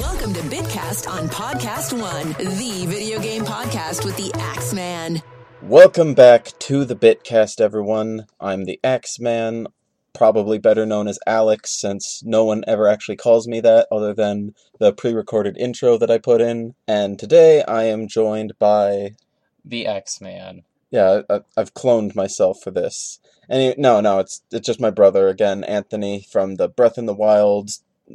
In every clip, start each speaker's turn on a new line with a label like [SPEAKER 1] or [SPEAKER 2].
[SPEAKER 1] Welcome to Bitcast on Podcast One, the video game podcast with the Axeman.
[SPEAKER 2] Welcome back to the Bitcast, everyone. I'm the Axeman, probably better known as Alex, since no one ever actually calls me that other than the pre recorded intro that I put in. And today I am joined by.
[SPEAKER 3] The X Man.
[SPEAKER 2] Yeah, I, I've cloned myself for this. Any, no, no, it's, it's just my brother again, Anthony, from the Breath in the Wild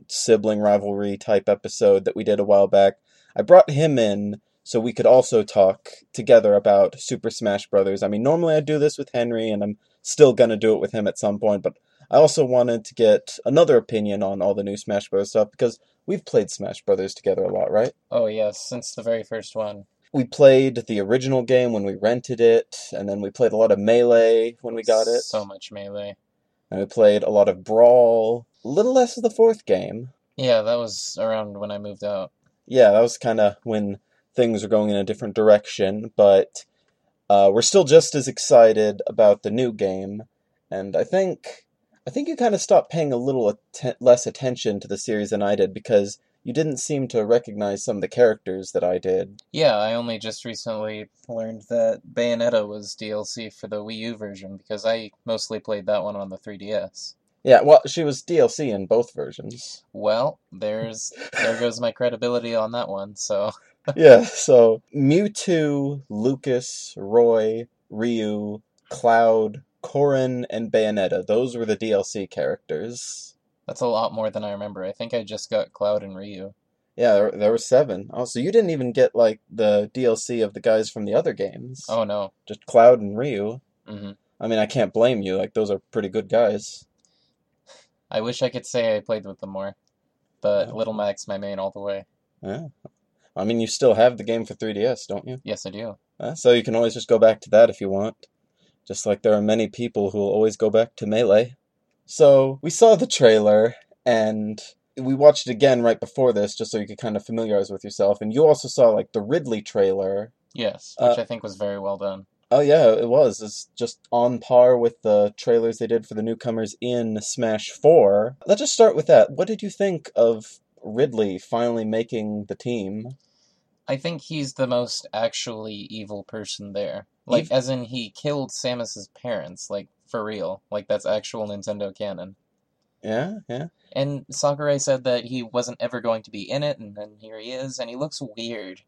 [SPEAKER 2] sibling rivalry type episode that we did a while back. I brought him in so we could also talk together about Super Smash Brothers. I mean, normally I do this with Henry, and I'm still gonna do it with him at some point. But I also wanted to get another opinion on all the new Smash Brothers stuff because we've played Smash Brothers together a lot, right?
[SPEAKER 3] Oh yes, since the very first one.
[SPEAKER 2] We played the original game when we rented it, and then we played a lot of Melee when we got it,
[SPEAKER 3] So much melee.
[SPEAKER 2] and we played a lot of Brawl. A little less of the fourth game.
[SPEAKER 3] Yeah, that was around when I moved out.
[SPEAKER 2] yeah, that was kind of when things were going in a different direction, but uh, we're still just as excited about the new game, and I think I think you kind of stopped paying a little atten- less attention to the series than I did because you didn't seem to recognize some of the characters that I did.
[SPEAKER 3] Yeah, I only just recently learned that Bayonetta was DLC for the Wii U version because I mostly played that one on the 3DS.
[SPEAKER 2] Yeah, well, she was DLC in both versions.
[SPEAKER 3] Well, there's there goes my credibility on that one. So
[SPEAKER 2] yeah, so Mewtwo, Lucas, Roy, Ryu, Cloud, Corrin, and Bayonetta. Those were the DLC characters.
[SPEAKER 3] that's a lot more than I remember. I think I just got Cloud and Ryu.
[SPEAKER 2] Yeah, there, there were seven. Oh, so you didn't even get like the DLC of the guys from the other games.
[SPEAKER 3] Oh no.
[SPEAKER 2] Just Cloud and Ryu.
[SPEAKER 3] hmm
[SPEAKER 2] I mean, I can't blame you. Like those are pretty good guys.
[SPEAKER 3] I wish I could say I played with them more, but
[SPEAKER 2] Yeah.
[SPEAKER 3] Little Max my main all the way.
[SPEAKER 2] Yeah. I mean, you still have the game for 3DS, don't you?
[SPEAKER 3] Yes, I do.
[SPEAKER 2] Uh, so you can always just go back to that if you want. Just like there are many people who will always go back to Melee. So we saw the trailer and we watched it again right before this just so you could kind of familiarize with yourself. And you also saw like the Ridley trailer
[SPEAKER 3] Yes,
[SPEAKER 2] Uh,
[SPEAKER 3] which I think was very well done.
[SPEAKER 2] Oh yeah, it was. It's just on par with the trailers they did for the newcomers in Smash 4. Let's just start with that. What did you think of Ridley finally making the team?
[SPEAKER 3] I think he's the most actually evil person there. Like, as in, he killed Samus's parents, like, for real. Like, that's actual Nintendo canon.
[SPEAKER 2] Yeah, yeah.
[SPEAKER 3] And Sakurai said that he wasn't ever going to be in it, and then here he is, and he looks weird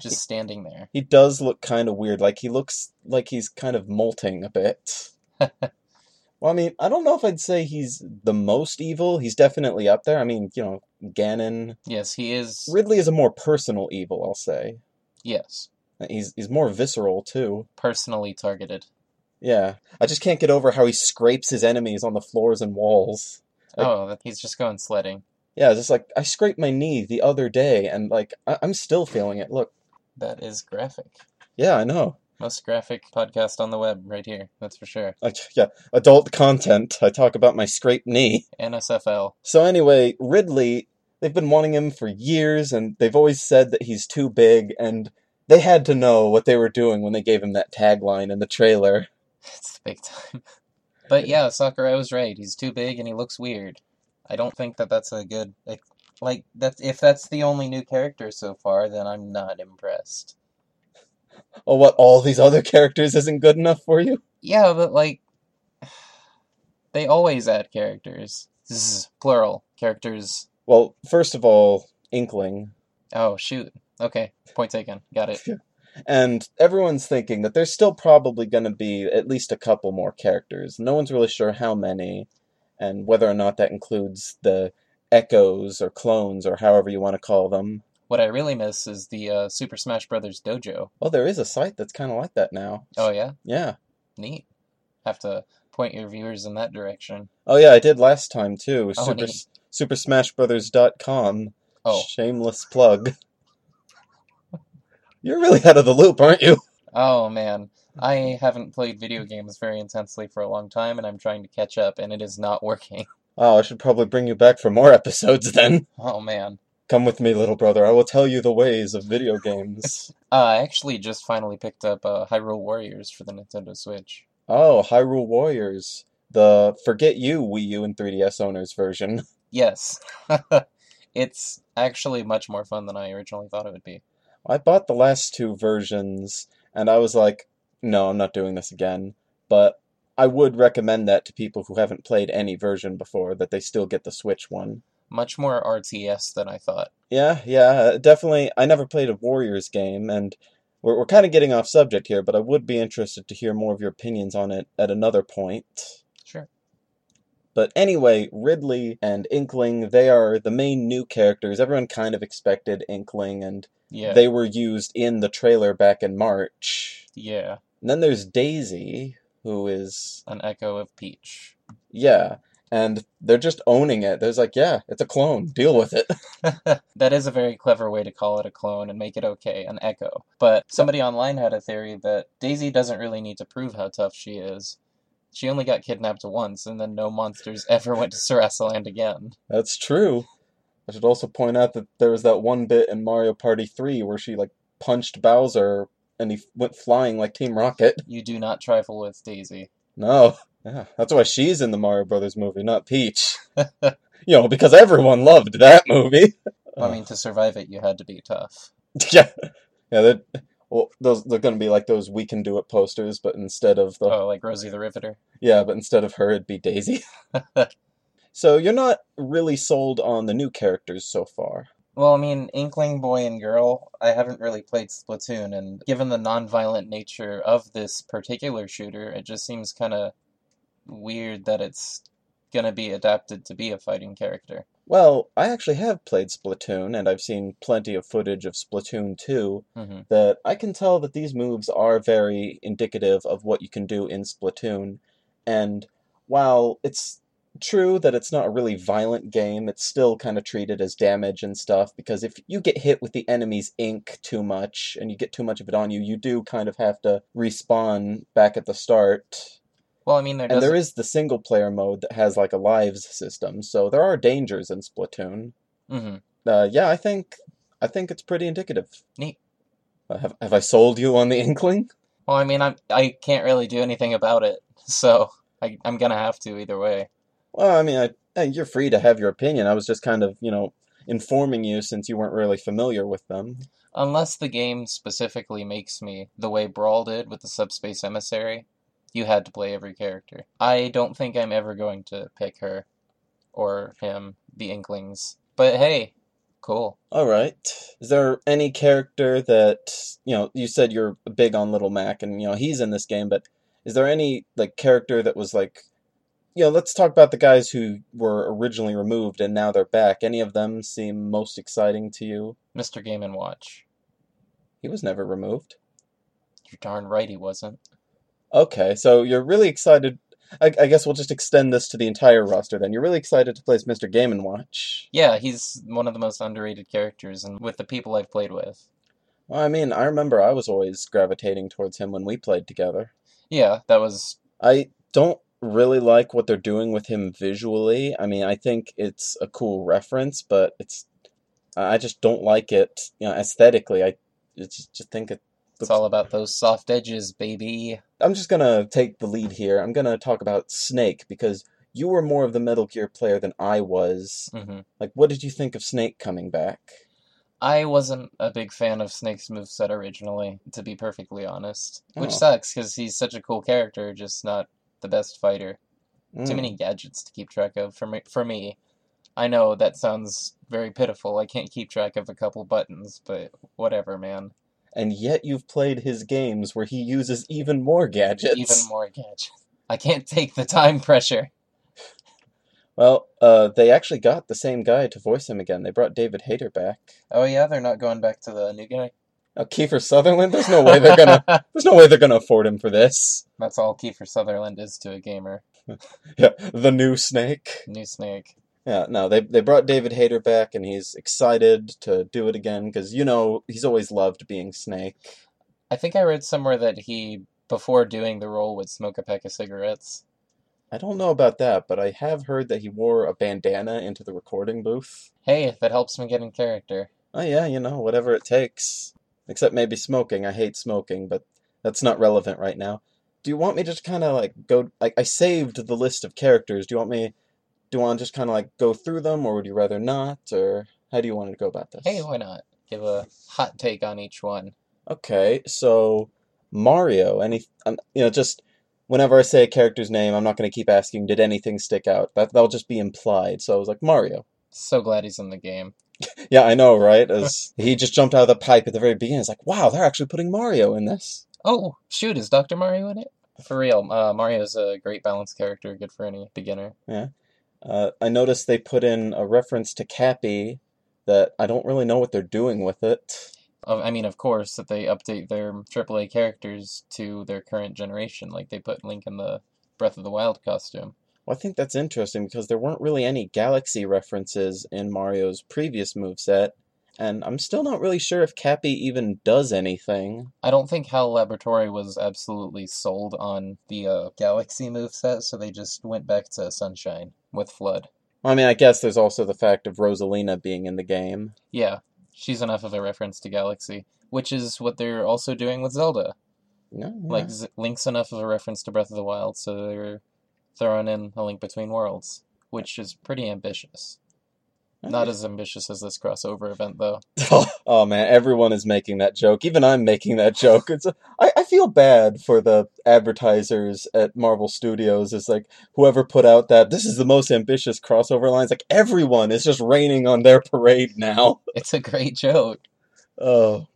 [SPEAKER 3] just standing there.
[SPEAKER 2] He does look kind of weird. Like he looks like he's kind of molting a bit. Well, I mean, I don't know if I'd say he's the most evil. He's definitely up there. I mean, you know, Ganon.
[SPEAKER 3] Yes, he is.
[SPEAKER 2] Ridley is a more personal evil, I'll say.
[SPEAKER 3] Yes,
[SPEAKER 2] He's he's more visceral too.
[SPEAKER 3] personally targeted.
[SPEAKER 2] Yeah. I just can't get over how he scrapes his enemies on the floors and walls. Like-
[SPEAKER 3] Oh, that- he's just going sledding.
[SPEAKER 2] Yeah, it's just like I scraped my knee the other day and like I- I'm still feeling it. Look.
[SPEAKER 3] That is graphic.
[SPEAKER 2] Yeah, I know.
[SPEAKER 3] Most graphic podcast on the web, right here, that's for sure.
[SPEAKER 2] Like yeah, adult content. I talk about my scraped knee.
[SPEAKER 3] NSFL.
[SPEAKER 2] So anyway, Ridley, they've been wanting him for years and they've always said that he's too big and they had to know what they were doing when they gave him that tagline in the trailer.
[SPEAKER 3] It's big time. But yeah, Sakurai was right. He's too big and he looks weird. I don't think that that's a good like, like that's if that's the only new character so far, then I'm not impressed.
[SPEAKER 2] Oh, what all these other characters isn't good enough for you?
[SPEAKER 3] Yeah, but like they always add characters. Zzz, plural characters.
[SPEAKER 2] Well, first of all, Inkling,
[SPEAKER 3] Oh shoot. Okay, point taken. Got it.
[SPEAKER 2] And everyone's thinking that there's still probably going to be at least a couple more characters. No one's really sure how many and whether or not that includes the echoes or clones or however you want to call them.
[SPEAKER 3] What I really miss is the uh, Super Smash Brothers dojo.
[SPEAKER 2] Well, there is a site that's kind of like that now.
[SPEAKER 3] Oh yeah,
[SPEAKER 2] Yeah.
[SPEAKER 3] neat. Have to point your viewers in that direction.
[SPEAKER 2] Oh yeah, I did last time too.
[SPEAKER 3] Oh,
[SPEAKER 2] Super
[SPEAKER 3] neat.
[SPEAKER 2] Super SmashBrothers.com.
[SPEAKER 3] Oh,
[SPEAKER 2] Shameless plug. You're really out of the loop, aren't you?
[SPEAKER 3] Oh man, I haven't played video games very intensely for a long time, and I'm trying to catch up, and it is not working.
[SPEAKER 2] Oh, I should probably bring you back for more episodes then.
[SPEAKER 3] Oh man,
[SPEAKER 2] Come with me, little brother. I will tell you the ways of video games.
[SPEAKER 3] uh, I actually just finally picked up uh, Hyrule Warriors for the Nintendo Switch.
[SPEAKER 2] Oh, Hyrule Warriors, the Forget You Wii U and 3DS owners version.
[SPEAKER 3] Yes, It's actually much more fun than I originally thought it would be.
[SPEAKER 2] I bought the last two versions and I was like, no, I'm not doing this again. But I would recommend that to people who haven't played any version before, that they still get the Switch one.
[SPEAKER 3] Much more RTS than I thought.
[SPEAKER 2] Yeah, yeah, definitely. I never played a Warriors game, and we're, we're kind of getting off subject here, but I would be interested to hear more of your opinions on it at another point.
[SPEAKER 3] Sure.
[SPEAKER 2] But anyway, Ridley and Inkling, they are the main new characters. Everyone kind of expected Inkling, and
[SPEAKER 3] Yeah.
[SPEAKER 2] they were used in the trailer back in March.
[SPEAKER 3] yeah.
[SPEAKER 2] And then there's Daisy, who is
[SPEAKER 3] An echo of Peach.
[SPEAKER 2] Yeah. And they're just owning it. There's like, yeah, it's a clone. Deal with it.
[SPEAKER 3] that is a very clever way to call it a clone and make it okay, an echo. But somebody online had a theory that Daisy doesn't really need to prove how tough she is. She only got kidnapped once, and then no monsters ever went to Sarasaland again.
[SPEAKER 2] That's true. I should also point out that there was that one bit in Mario Party 3 where she like punched Bowser and he went flying like Team Rocket.
[SPEAKER 3] You do not trifle with Daisy.
[SPEAKER 2] No. Yeah, that's why she's in the Mario Brothers movie, not Peach. you know, because everyone loved that movie.
[SPEAKER 3] I mean, to survive it, you had to be tough.
[SPEAKER 2] yeah. Yeah, they're, well, those they're going to be like those we can do it posters, but instead of the
[SPEAKER 3] Oh, like Rosie the Riveter.
[SPEAKER 2] Yeah, but instead of her, it'd be Daisy. so you're not really sold on the new characters so far.
[SPEAKER 3] Well, I mean, Inkling Boy and Girl, I haven't really played Splatoon, and given the nonviolent nature of this particular shooter, it just seems kind of weird that it's going to be adapted to be a fighting character.
[SPEAKER 2] Well, I actually have played Splatoon, and I've seen plenty of footage of Splatoon 2
[SPEAKER 3] hmm
[SPEAKER 2] that I can tell that these moves are very indicative of what you can do in Splatoon. And while it's true that it's not a really violent game, it's still kind of treated as damage and stuff because if you get hit with the enemy's ink too much and you get too much of it on you, you do kind of have to respawn back at the start.
[SPEAKER 3] Well, I mean, there
[SPEAKER 2] And
[SPEAKER 3] does.
[SPEAKER 2] there is the single player mode that has like a lives system, so there are dangers in Splatoon.
[SPEAKER 3] Mhm.
[SPEAKER 2] Uh, yeah, I think I think it's pretty indicative.
[SPEAKER 3] Neat.
[SPEAKER 2] Uh, have have I sold you on the inkling?
[SPEAKER 3] Well, I mean, I'm, I can't really do anything about it, so I, I'm going to have to either way.
[SPEAKER 2] Well, I mean, I, hey, you're free to have your opinion. I was just kind of, you know, informing you since you weren't really familiar with them.
[SPEAKER 3] Unless the game specifically makes me the way Brawl did with the subspace emissary, you had to play every character. I don't think I'm ever going to pick her or him, the Inklings. But hey, cool.
[SPEAKER 2] All right. Is there any character that, you know, you said you're big on Little Mac and, you know, he's in this game, but is there any, like, character that was like, you know, let's talk about the guys who were originally removed and now they're back. Any of them seem most exciting to you?
[SPEAKER 3] Mr. Game and Watch.
[SPEAKER 2] He was never removed.
[SPEAKER 3] You're darn right he wasn't.
[SPEAKER 2] Okay, so you're really excited. I, I guess we'll just extend this to the entire roster then. You're really excited to place Mr. Game and Watch.
[SPEAKER 3] Yeah, he's one of the most underrated characters and with the people I've played with.
[SPEAKER 2] Well, I mean, I remember I was always gravitating towards him when we played together.
[SPEAKER 3] Yeah, that was
[SPEAKER 2] I don't really like what they're doing with him visually. I mean, I think it's a cool reference, but it's I I just don't like it, you know, aesthetically. I just just think it
[SPEAKER 3] it's all about those soft edges, baby.
[SPEAKER 2] I'm just gonna take the lead here. I'm gonna talk about Snake because you were more of the Metal Gear player than I was.
[SPEAKER 3] hmm
[SPEAKER 2] Like, what did you think of Snake coming back?
[SPEAKER 3] I wasn't a big fan of Snake's moveset originally, to be perfectly honest. Which
[SPEAKER 2] Oh.
[SPEAKER 3] sucks, because he's such a cool character, just not the best fighter. Too
[SPEAKER 2] Mm.
[SPEAKER 3] many gadgets to keep track of for me, for me. I know that sounds very pitiful. I can't keep track of a couple buttons, but whatever, man.
[SPEAKER 2] And yet you've played his games where he uses even more gadgets.
[SPEAKER 3] Even more gadgets. I can't take the time pressure.
[SPEAKER 2] Well, uh, they actually got the same guy to voice him again. They brought David Hayter back.
[SPEAKER 3] Oh yeah, they're not going back to the new guy.
[SPEAKER 2] Now, Kiefer Sutherland, there's no way they're gonna, there's no way they're gonna afford him for this.
[SPEAKER 3] That's all Kiefer Sutherland is to a gamer.
[SPEAKER 2] Yeah, the new Snake.
[SPEAKER 3] New Snake.
[SPEAKER 2] Yeah, no, they they brought David Hayter back, and he's excited to do it again because you know he's always loved being Snake.
[SPEAKER 3] I think I read somewhere that he, before doing the role, would smoke a pack of cigarettes.
[SPEAKER 2] I don't know about that, but I have heard that he wore a bandana into the recording booth.
[SPEAKER 3] Hey, if that helps me get in character.
[SPEAKER 2] Oh yeah, you know, whatever it takes. Except maybe smoking. I hate smoking, but that's not relevant right now. Do you want me to just kind of like go like I saved the list of characters. Do you want me do you want to just kind of like go through them or would you rather not or How do you want to go about this?
[SPEAKER 3] Hey, why not? Give a hot take on each one.
[SPEAKER 2] Okay, so Mario, any um, you know, just whenever I say a character's name, I'm not going to keep asking, did anything stick out? That that'll just be implied. So I was like, Mario.
[SPEAKER 3] So glad he's in the game.
[SPEAKER 2] Yeah, I know, right? As he just jumped out of the pipe at the very beginning, it's like, wow, they're actually putting Mario in this.
[SPEAKER 3] Oh, shoot, is Dr. Mario in it? For real, uh, Mario's a great balanced character, good for any beginner.
[SPEAKER 2] Uh, I noticed they put in a reference to Cappy that I don't really know what they're doing with it.
[SPEAKER 3] Of- I mean, of course, that they update their AAA characters to their current generation, like they put Link in the Breath of the Wild costume.
[SPEAKER 2] Well, I think that's interesting because there weren't really any galaxy references in Mario's previous moveset, and I'm still not really sure if Cappy even does anything.
[SPEAKER 3] I don't think HAL Laboratory was absolutely sold on the uh, Galaxy moveset, so they just went back to Sunshine with Flood.
[SPEAKER 2] I mean, I guess there's also the fact of Rosalina being in the game.
[SPEAKER 3] Yeah, she's enough of a reference to Galaxy, which is what they're also doing with Zelda.
[SPEAKER 2] No, yeah.
[SPEAKER 3] Like, Z- Link's enough of a reference to Breath of the Wild, so they're throwing in a Link Between Worlds, which is pretty ambitious. Not as ambitious as this crossover event, though.
[SPEAKER 2] oh man, everyone is making that joke. Even I'm making that joke. It's I, I feel bad for the advertisers at Marvel Studios. It's like whoever put out that this is the most ambitious crossover lines. Like everyone is just raining on their parade now.
[SPEAKER 3] It's a great joke.
[SPEAKER 2] Oh,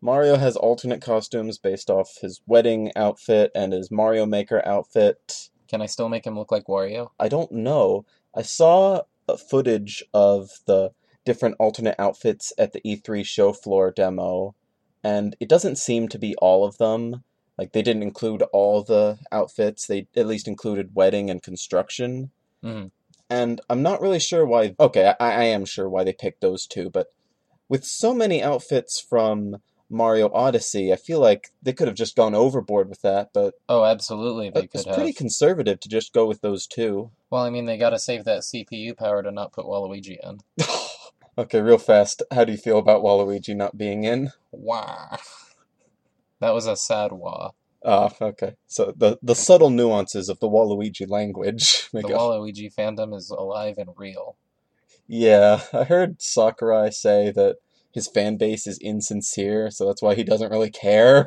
[SPEAKER 2] Mario has alternate costumes based off his wedding outfit and his Mario Maker outfit.
[SPEAKER 3] Can I still make him look like Wario?
[SPEAKER 2] I don't know. I saw uh, footage of the different alternate outfits at the E3 show floor demo, and it doesn't seem to be all of them. Like, they didn't include all the outfits, they at least included wedding and construction.
[SPEAKER 3] Mhm.
[SPEAKER 2] And I'm not really sure why. Okay, I, I am sure why they picked those two, but with so many outfits from Mario Odyssey, I feel like they could have just gone overboard with that, but
[SPEAKER 3] Oh, absolutely, they
[SPEAKER 2] it was
[SPEAKER 3] could have.
[SPEAKER 2] pretty conservative to just go with those two.
[SPEAKER 3] Well, I mean, they gotta save that CPU power to not put Waluigi in.
[SPEAKER 2] okay, real fast. How do you feel about Waluigi not being in?
[SPEAKER 3] Wah. That was a sad wah.
[SPEAKER 2] Ah, okay. So the the subtle nuances of the Waluigi language.
[SPEAKER 3] The
[SPEAKER 2] make up-
[SPEAKER 3] Waluigi fandom is alive and real.
[SPEAKER 2] yeah, I heard Sakurai say that his fan base is insincere, so that's why he doesn't really care.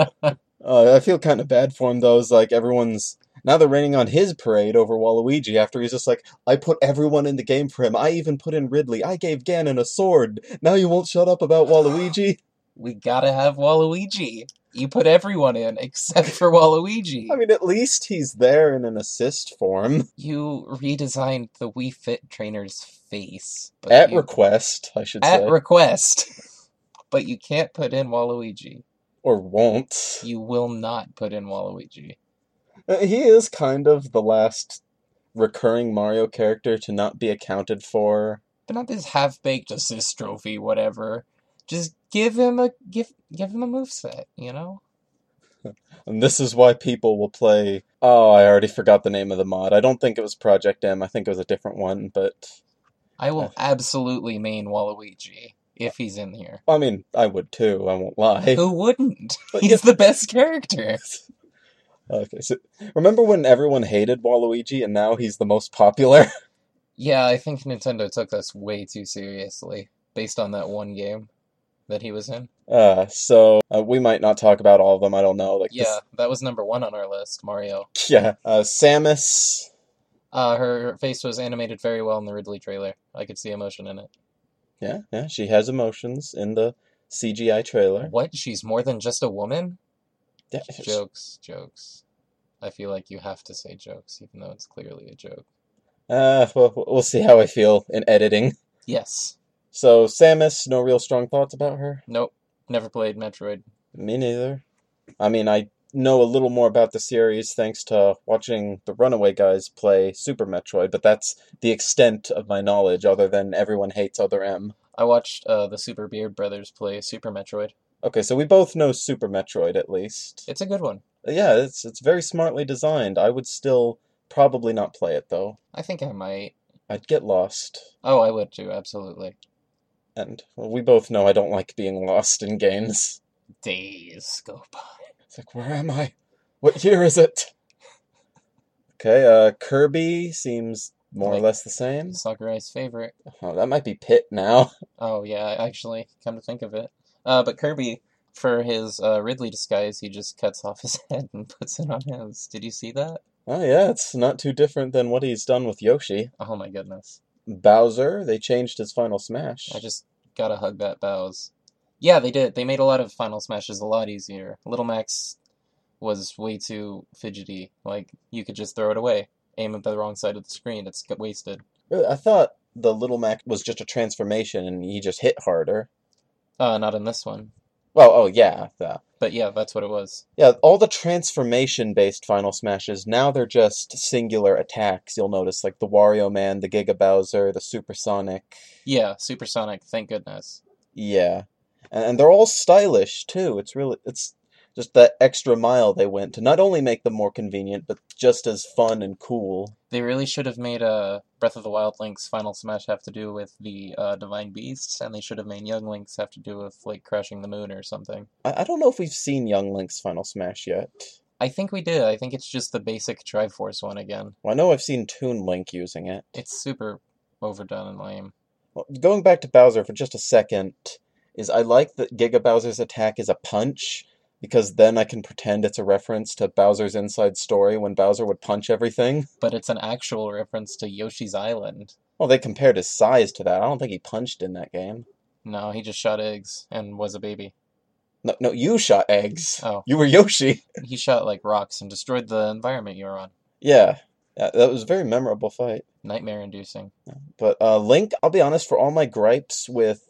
[SPEAKER 2] Uh, I feel kind of bad for him though. Is like everyone's now they're raining on his parade over Waluigi after he's just like, I put everyone in the game for him. I even put in Ridley. I gave Ganon a sword. Now you won't shut up about Waluigi.
[SPEAKER 3] we gotta have Waluigi. You put everyone in except for Waluigi.
[SPEAKER 2] I mean, at least he's there in an assist form
[SPEAKER 3] you redesigned the Wii Fit trainer's face. But
[SPEAKER 2] at
[SPEAKER 3] you-
[SPEAKER 2] request, eh? I should
[SPEAKER 3] at
[SPEAKER 2] say,
[SPEAKER 3] request. but you can't put in Waluigi.
[SPEAKER 2] or won't.
[SPEAKER 3] You will not put in Waluigi.
[SPEAKER 2] Uh, He is kind of the last recurring Mario character to not be accounted for.
[SPEAKER 3] But not this half baked assist trophy, whatever. Just give him a give give him a moveset, you know?
[SPEAKER 2] And this is why people will play. Oh, I already forgot the name of the mod. I don't think it was Project M. I think it was a different one, but
[SPEAKER 3] I will
[SPEAKER 2] Uh.
[SPEAKER 3] absolutely main Waluigi if he's in here.
[SPEAKER 2] I mean, I would too. I won't lie.
[SPEAKER 3] Who wouldn't?
[SPEAKER 2] But
[SPEAKER 3] He's the best character.
[SPEAKER 2] Okay, so remember when everyone hated Waluigi and now he's the most popular?
[SPEAKER 3] Yeah, I think Nintendo took this way too seriously based on that one game that he was in.
[SPEAKER 2] Uh, so uh, we might not talk about all of them. I don't know. Like
[SPEAKER 3] Yeah, that was number one on our list, Mario.
[SPEAKER 2] this, yeah. Uh, Samus.
[SPEAKER 3] Uh, her face was animated very well in the Ridley trailer. I could see emotion in it.
[SPEAKER 2] Yeah, yeah. She has emotions in the CGI trailer.
[SPEAKER 3] What? She's more than just a woman?
[SPEAKER 2] Yeah,
[SPEAKER 3] Jokes, jokes. I feel like you have to say jokes, even though it's clearly a joke.
[SPEAKER 2] Uh, well, we'll see how I feel in editing.
[SPEAKER 3] Yes.
[SPEAKER 2] So, Samus, no real strong thoughts about her?
[SPEAKER 3] Nope. Never played Metroid.
[SPEAKER 2] Me neither. I mean, I know a little more about the series thanks to watching the Runaway Guys play Super Metroid, but that's the extent of my knowledge, other than everyone hates Other M.
[SPEAKER 3] I watched uh, the Super Beard Brothers play Super Metroid.
[SPEAKER 2] Okay, so we both know Super Metroid at least.
[SPEAKER 3] It's a good one.
[SPEAKER 2] Yeah, it's it's very smartly designed. I would still probably not play it though.
[SPEAKER 3] I think I might.
[SPEAKER 2] I'd get lost.
[SPEAKER 3] Oh, I would too, absolutely.
[SPEAKER 2] And well, we both know I don't like being lost in games.
[SPEAKER 3] Days go by.
[SPEAKER 2] It's like, where am I? What year is it? Okay, uh, Kirby seems more
[SPEAKER 3] Like-
[SPEAKER 2] or less the same.
[SPEAKER 3] Sakurai's favorite.
[SPEAKER 2] Oh, that might be Pitt now.
[SPEAKER 3] Oh yeah, actually, come to think of it. Uh, but Kirby, for his uh, Ridley disguise, he just cuts off his head and puts it on his. Did you see that?
[SPEAKER 2] Oh yeah, it's not too different than what he's done with Yoshi.
[SPEAKER 3] Oh my goodness.
[SPEAKER 2] Bowser, they changed his final smash.
[SPEAKER 3] I just gotta hug that Bows. Yeah, they did. They made a lot of Final Smashes a lot easier. Little Max was way too fidgety. Like, you could just throw it away. Aim at the wrong side of the screen, it's get wasted.
[SPEAKER 2] Really, I thought the little Mac was just a transformation and he just hit harder.
[SPEAKER 3] Uh, not in this one.
[SPEAKER 2] Well, oh yeah, the,
[SPEAKER 3] But yeah, that's what it was.
[SPEAKER 2] yeah. All the transformation-based Final Smashes now they're just singular attacks. You'll notice like the Wario Man, the Giga Bowser, the Supersonic.
[SPEAKER 3] Yeah, Supersonic, thank goodness.
[SPEAKER 2] Yeah, and, and they're all stylish too. It's really it's just that extra mile they went to not only make them more convenient but just as fun and cool.
[SPEAKER 3] They really should have made uh, Breath of the Wild Link's Final Smash have to do with the uh, Divine Beasts, and they should have made Young Link's have to do with, like, crashing the moon or something.
[SPEAKER 2] I, I don't know if we've seen Young Link's Final Smash yet.
[SPEAKER 3] I think we did. I think it's just the basic Triforce one again.
[SPEAKER 2] Well, I know I've seen Toon Link using it.
[SPEAKER 3] It's super overdone and lame.
[SPEAKER 2] Well, going back to Bowser for just a second, is I like that Giga Bowser's attack is a punch because then I can pretend it's a reference to Bowser's Inside Story when Bowser would punch everything.
[SPEAKER 3] But it's an actual reference to Yoshi's Island.
[SPEAKER 2] Well, they compared his size to that. I don't think he punched in that game.
[SPEAKER 3] No, he just shot eggs and was a baby.
[SPEAKER 2] No, no, you shot eggs.
[SPEAKER 3] Oh.
[SPEAKER 2] You were Yoshi.
[SPEAKER 3] He shot like rocks and destroyed the environment you were on.
[SPEAKER 2] Yeah, that that was a very memorable fight.
[SPEAKER 3] Nightmare inducing.
[SPEAKER 2] But uh, Link, I'll be honest, for all my gripes with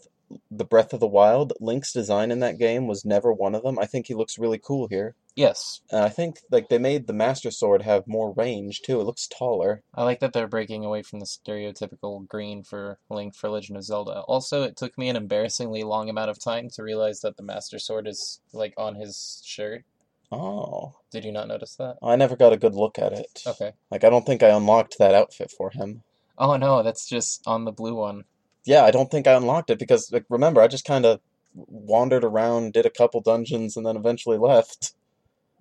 [SPEAKER 2] the Breath of the Wild, Link's design in that game was never one of them. I think he looks really cool here.
[SPEAKER 3] Yes,
[SPEAKER 2] And I think like they made the Master Sword have more range too. It looks taller.
[SPEAKER 3] I like that they're breaking away from the stereotypical green for Link for Legend of Zelda. Also, it took me an embarrassingly long amount of time to realize that the Master Sword is like on his shirt.
[SPEAKER 2] Oh,
[SPEAKER 3] Did you not notice that?
[SPEAKER 2] I never got a good look at it.
[SPEAKER 3] Okay.
[SPEAKER 2] Like I don't think I unlocked that outfit for him.
[SPEAKER 3] Oh no, that's just on the blue one.
[SPEAKER 2] Yeah, I don't think I unlocked it because like remember I just kind of wandered around, did a couple dungeons, and then eventually left.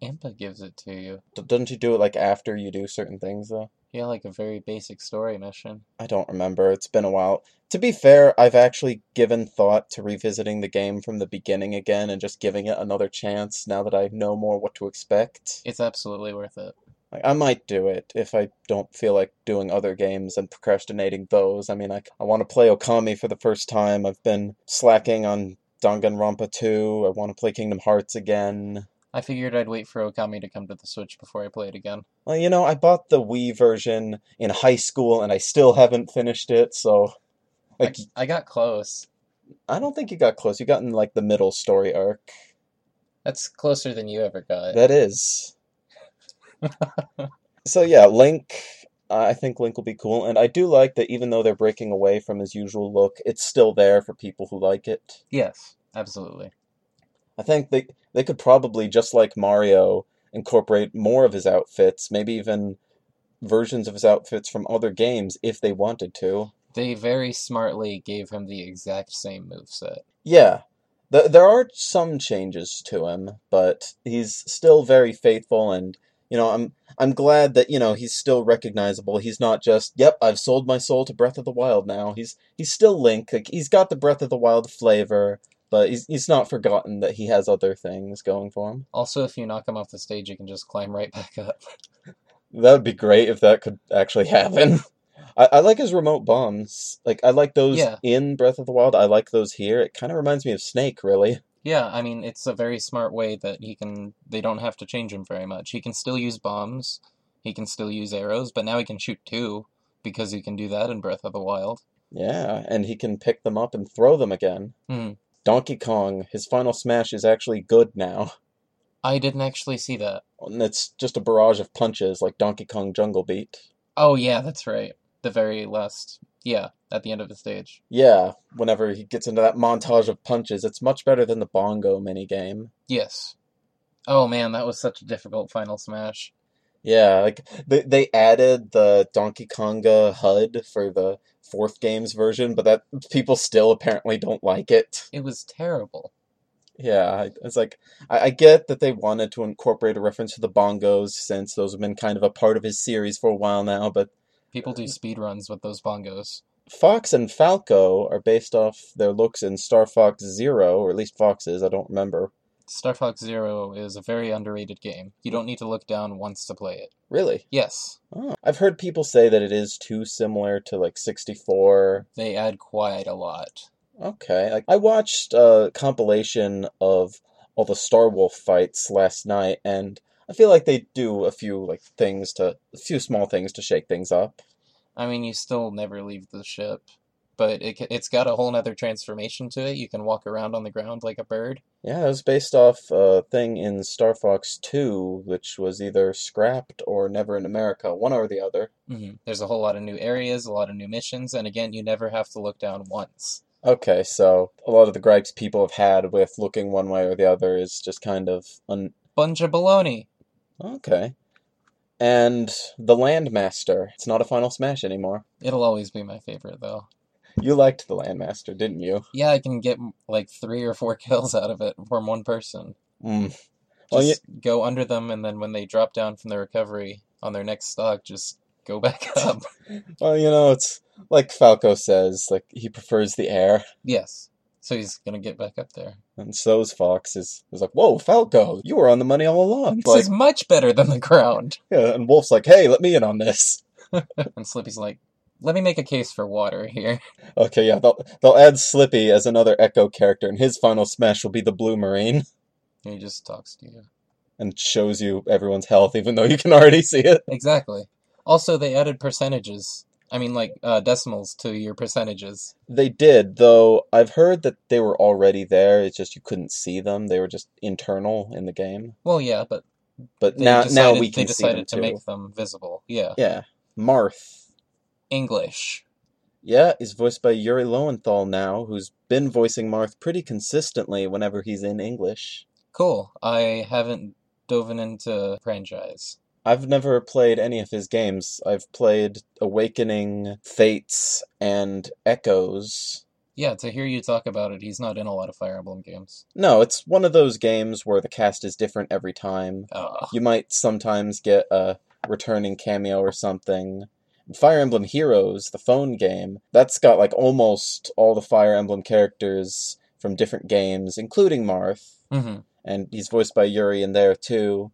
[SPEAKER 3] Impa gives it to you.
[SPEAKER 2] D- doesn't you do it like after you do certain things though?
[SPEAKER 3] Yeah, like a very basic story mission.
[SPEAKER 2] I don't remember. It's been a while. To be fair, I've actually given thought to revisiting the game from the beginning again and just giving it another chance now that I know more what to expect.
[SPEAKER 3] It's absolutely worth it.
[SPEAKER 2] Like, I might do it if I don't feel like doing other games and procrastinating those. I mean, I, I want to play Okami for the first time. I've been slacking on Danganronpa 2. I want to play Kingdom Hearts again.
[SPEAKER 3] I figured I'd wait for Okami to come to the Switch before I play it again.
[SPEAKER 2] Well, you know, I bought the Wii version in high school and I still haven't finished it, so
[SPEAKER 3] I,
[SPEAKER 2] like
[SPEAKER 3] I got close.
[SPEAKER 2] I don't think you got close. You got in like the middle story arc.
[SPEAKER 3] That's closer than you ever got.
[SPEAKER 2] That is. so yeah, Link. I think Link will be cool, and I do like that even though they're breaking away from his usual look, it's still there for people who like it.
[SPEAKER 3] yes, absolutely.
[SPEAKER 2] I think they they could probably just like Mario incorporate more of his outfits, maybe even versions of his outfits from other games if they wanted to.
[SPEAKER 3] They very smartly gave him the exact same moveset.
[SPEAKER 2] Yeah. Th- there are some changes to him, but he's still very faithful and you know, I'm I'm glad that, you know, he's still recognizable. He's not just, yep, I've sold my soul to Breath of the Wild now. He's he's still Link. Like he's got the Breath of the Wild flavor, but he's he's not forgotten that he has other things going for him.
[SPEAKER 3] Also, if you knock him off the stage, you can just climb right back up.
[SPEAKER 2] That would be great if that could actually happen. I, I like his remote bombs. Like I like those
[SPEAKER 3] Yeah.
[SPEAKER 2] in Breath of the Wild. I like those here. It kind of reminds me of Snake, really.
[SPEAKER 3] yeah, I mean, it's a very smart way that he can. They don't have to change him very much. He can still use bombs, he can still use arrows, but now he can shoot two because he can do that in Breath of the Wild.
[SPEAKER 2] Yeah, and he can pick them up and throw them again.
[SPEAKER 3] Hmm.
[SPEAKER 2] Donkey Kong, his final smash is actually good now.
[SPEAKER 3] I didn't actually see that.
[SPEAKER 2] And it's just a barrage of punches like Donkey Kong Jungle Beat.
[SPEAKER 3] Oh, yeah, that's right. The very last. Yeah, at the end of the stage.
[SPEAKER 2] Yeah, whenever he gets into that montage of punches, it's much better than the bongo minigame.
[SPEAKER 3] Yes. Oh, man, that was such a difficult final smash.
[SPEAKER 2] Yeah, like they they added the Donkey Konga HUD for the fourth game's version, but that people still apparently don't like it.
[SPEAKER 3] It was terrible.
[SPEAKER 2] Yeah, I- it's like I, I get that they wanted to incorporate a reference to the bongos since those have been kind of a part of his series for a while now, but
[SPEAKER 3] People do speed runs with those bongos.
[SPEAKER 2] Fox and Falco are based off their looks in Star Fox Zero, or at least Fox's, I don't remember.
[SPEAKER 3] Star Fox Zero is a very underrated game. You don't need to look down once to play it.
[SPEAKER 2] Really?
[SPEAKER 3] Yes,
[SPEAKER 2] Oh. I've heard people say that it is too similar to like 64.
[SPEAKER 3] they add quite a lot.
[SPEAKER 2] Okay. Like, I watched a compilation of all the Star Wolf fights last night, and I feel like they do a few like things to a few small things to shake things up.
[SPEAKER 3] I mean, you still never leave the ship, but it, ca- it's got a whole nother transformation to it. You can walk around on the ground like a bird.
[SPEAKER 2] Yeah, it was based off a thing in Star Fox 2, which was either scrapped or never in America, one or the other.
[SPEAKER 3] Mhm. There's a whole lot of new areas, a lot of new missions, and again, you never have to look down once.
[SPEAKER 2] Okay, so a lot of the gripes people have had with looking one way or the other is just kind of un
[SPEAKER 3] Bunch of baloney.
[SPEAKER 2] okay. And the Landmaster. It's not a Final Smash anymore.
[SPEAKER 3] It'll always be my favorite, though.
[SPEAKER 2] You liked the Landmaster, didn't you?
[SPEAKER 3] Yeah, I can get like three or four kills out of it from one person.
[SPEAKER 2] Mm. Well, you,
[SPEAKER 3] Just go under them, and then when they drop down from the recovery on their next stock, just go back up.
[SPEAKER 2] well, you know, it's like Falco says, like he prefers the air,
[SPEAKER 3] yes. So he's gonna get back up there.
[SPEAKER 2] and so's Fox is is like, "Whoa, Falco, you were on the money all along."
[SPEAKER 3] This
[SPEAKER 2] Like,
[SPEAKER 3] is much better than the ground.
[SPEAKER 2] yeah, and Wolf's like, "Hey, let me in on this."
[SPEAKER 3] And Slippy's like, let me make a case for water here.
[SPEAKER 2] Okay, yeah, they'll they'll add Slippy as another Echo character, and his final smash will be the Blue Marine.
[SPEAKER 3] And he just talks to you.
[SPEAKER 2] and shows you everyone's health, even though you can already see it.
[SPEAKER 3] Exactly. Also, they added percentages. I mean, like uh, decimals to your percentages.
[SPEAKER 2] They did, though I've heard that they were already there. It's just you couldn't see them. They were just internal in the game.
[SPEAKER 3] Well, yeah, but
[SPEAKER 2] But
[SPEAKER 3] they
[SPEAKER 2] now,
[SPEAKER 3] decided
[SPEAKER 2] now we
[SPEAKER 3] they
[SPEAKER 2] can see them
[SPEAKER 3] decided to
[SPEAKER 2] too.
[SPEAKER 3] make them visible. Yeah.
[SPEAKER 2] Yeah. Marth.
[SPEAKER 3] English.
[SPEAKER 2] Yeah, is voiced by Yuri Lowenthal now, who's been voicing Marth pretty consistently whenever he's in English.
[SPEAKER 3] Cool. I haven't dove into franchise.
[SPEAKER 2] I've never played any of his games. I've played Awakening, Fates, and Echoes.
[SPEAKER 3] Yeah, to hear you talk about it, he's not in a lot of Fire Emblem games.
[SPEAKER 2] No, it's one of those games where the cast is different every time.
[SPEAKER 3] Ugh.
[SPEAKER 2] You might sometimes get a returning cameo or something. Fire Emblem Heroes, the phone game, that's got like almost all the Fire Emblem characters from different games, including Marth,
[SPEAKER 3] hmm
[SPEAKER 2] and he's voiced by Yuri in there too.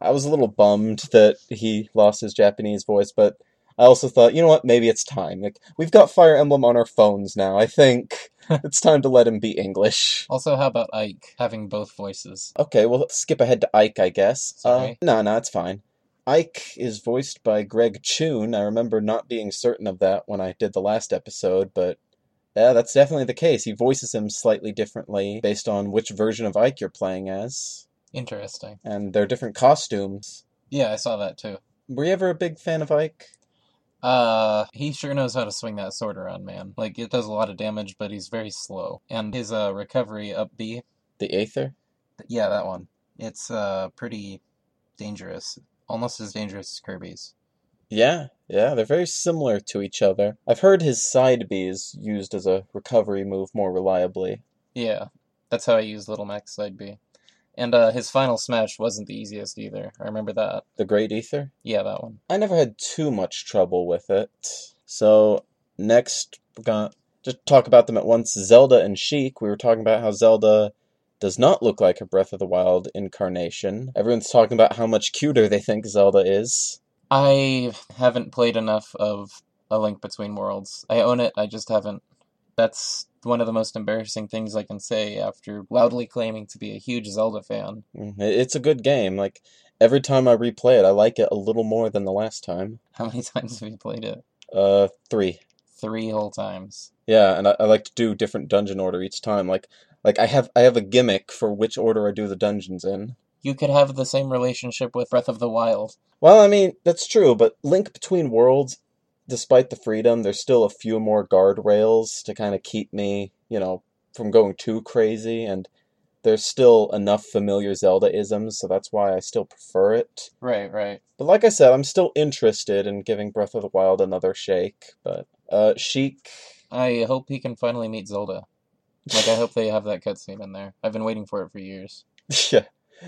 [SPEAKER 2] I was a little bummed that he lost his Japanese voice, but I also thought, you know what, maybe it's time. Like we've got Fire Emblem on our phones now. I think it's time to let him be English.
[SPEAKER 3] Also, how about Ike having both voices?
[SPEAKER 2] Okay, well, skip ahead to Ike, I guess.
[SPEAKER 3] Sorry.
[SPEAKER 2] Uh, no, no, it's fine. Ike is voiced by Greg Choon. I remember not being certain of that when I did the last episode, but yeah, that's definitely the case. He voices him slightly differently based on which version of Ike you're playing as,
[SPEAKER 3] Interesting.
[SPEAKER 2] and their different costumes.
[SPEAKER 3] Yeah, I saw that too.
[SPEAKER 2] Were you ever a big fan of Ike?
[SPEAKER 3] Uh, he sure knows how to swing that sword around, man. Like it does a lot of damage, but he's very slow. And his uh recovery up B,
[SPEAKER 2] The Aether?
[SPEAKER 3] yeah, that one. It's uh pretty dangerous, almost as dangerous as Kirby's.
[SPEAKER 2] Yeah, yeah, they're very similar to each other. I've heard his side B is used as a recovery move more reliably.
[SPEAKER 3] Yeah, that's how I use Little Max Side B. And uh, his final smash wasn't the easiest either. I remember that.
[SPEAKER 2] The Great Aether?
[SPEAKER 3] Yeah, that one.
[SPEAKER 2] I never had too much trouble with it. So next, we're gonna just talk about them at once. Zelda and Sheik. We were talking about how Zelda does not look like a Breath of the Wild incarnation. Everyone's talking about how much cuter they think Zelda is.
[SPEAKER 3] I haven't played enough of A Link Between Worlds. I own it, I just haven't. That's one of the most embarrassing things I can say after loudly claiming to be a huge Zelda fan.
[SPEAKER 2] Mm, it- It's a good game. Like every time I replay it, I like it a little more than the last time.
[SPEAKER 3] How many times have you played it?
[SPEAKER 2] Uh, three.
[SPEAKER 3] Three whole times.
[SPEAKER 2] Yeah, and I, I like to do different dungeon order each time. Like, like I have I have a gimmick for which order I do the dungeons in.
[SPEAKER 3] You could have the same relationship with Breath of the Wild.
[SPEAKER 2] Well, I mean, that's true, but Link Between Worlds, despite the freedom, there's still a few more guardrails to kind of keep me, you know, from going too crazy, and there's still enough familiar Zelda isms, so that's why I still prefer it.
[SPEAKER 3] Right, right.
[SPEAKER 2] But like I said, I'm still interested in giving Breath of the Wild another shake, but, uh, Sheik.
[SPEAKER 3] I hope he can finally meet Zelda. Like, I hope they have that cutscene in there. I've been waiting for it for years.
[SPEAKER 2] Yeah.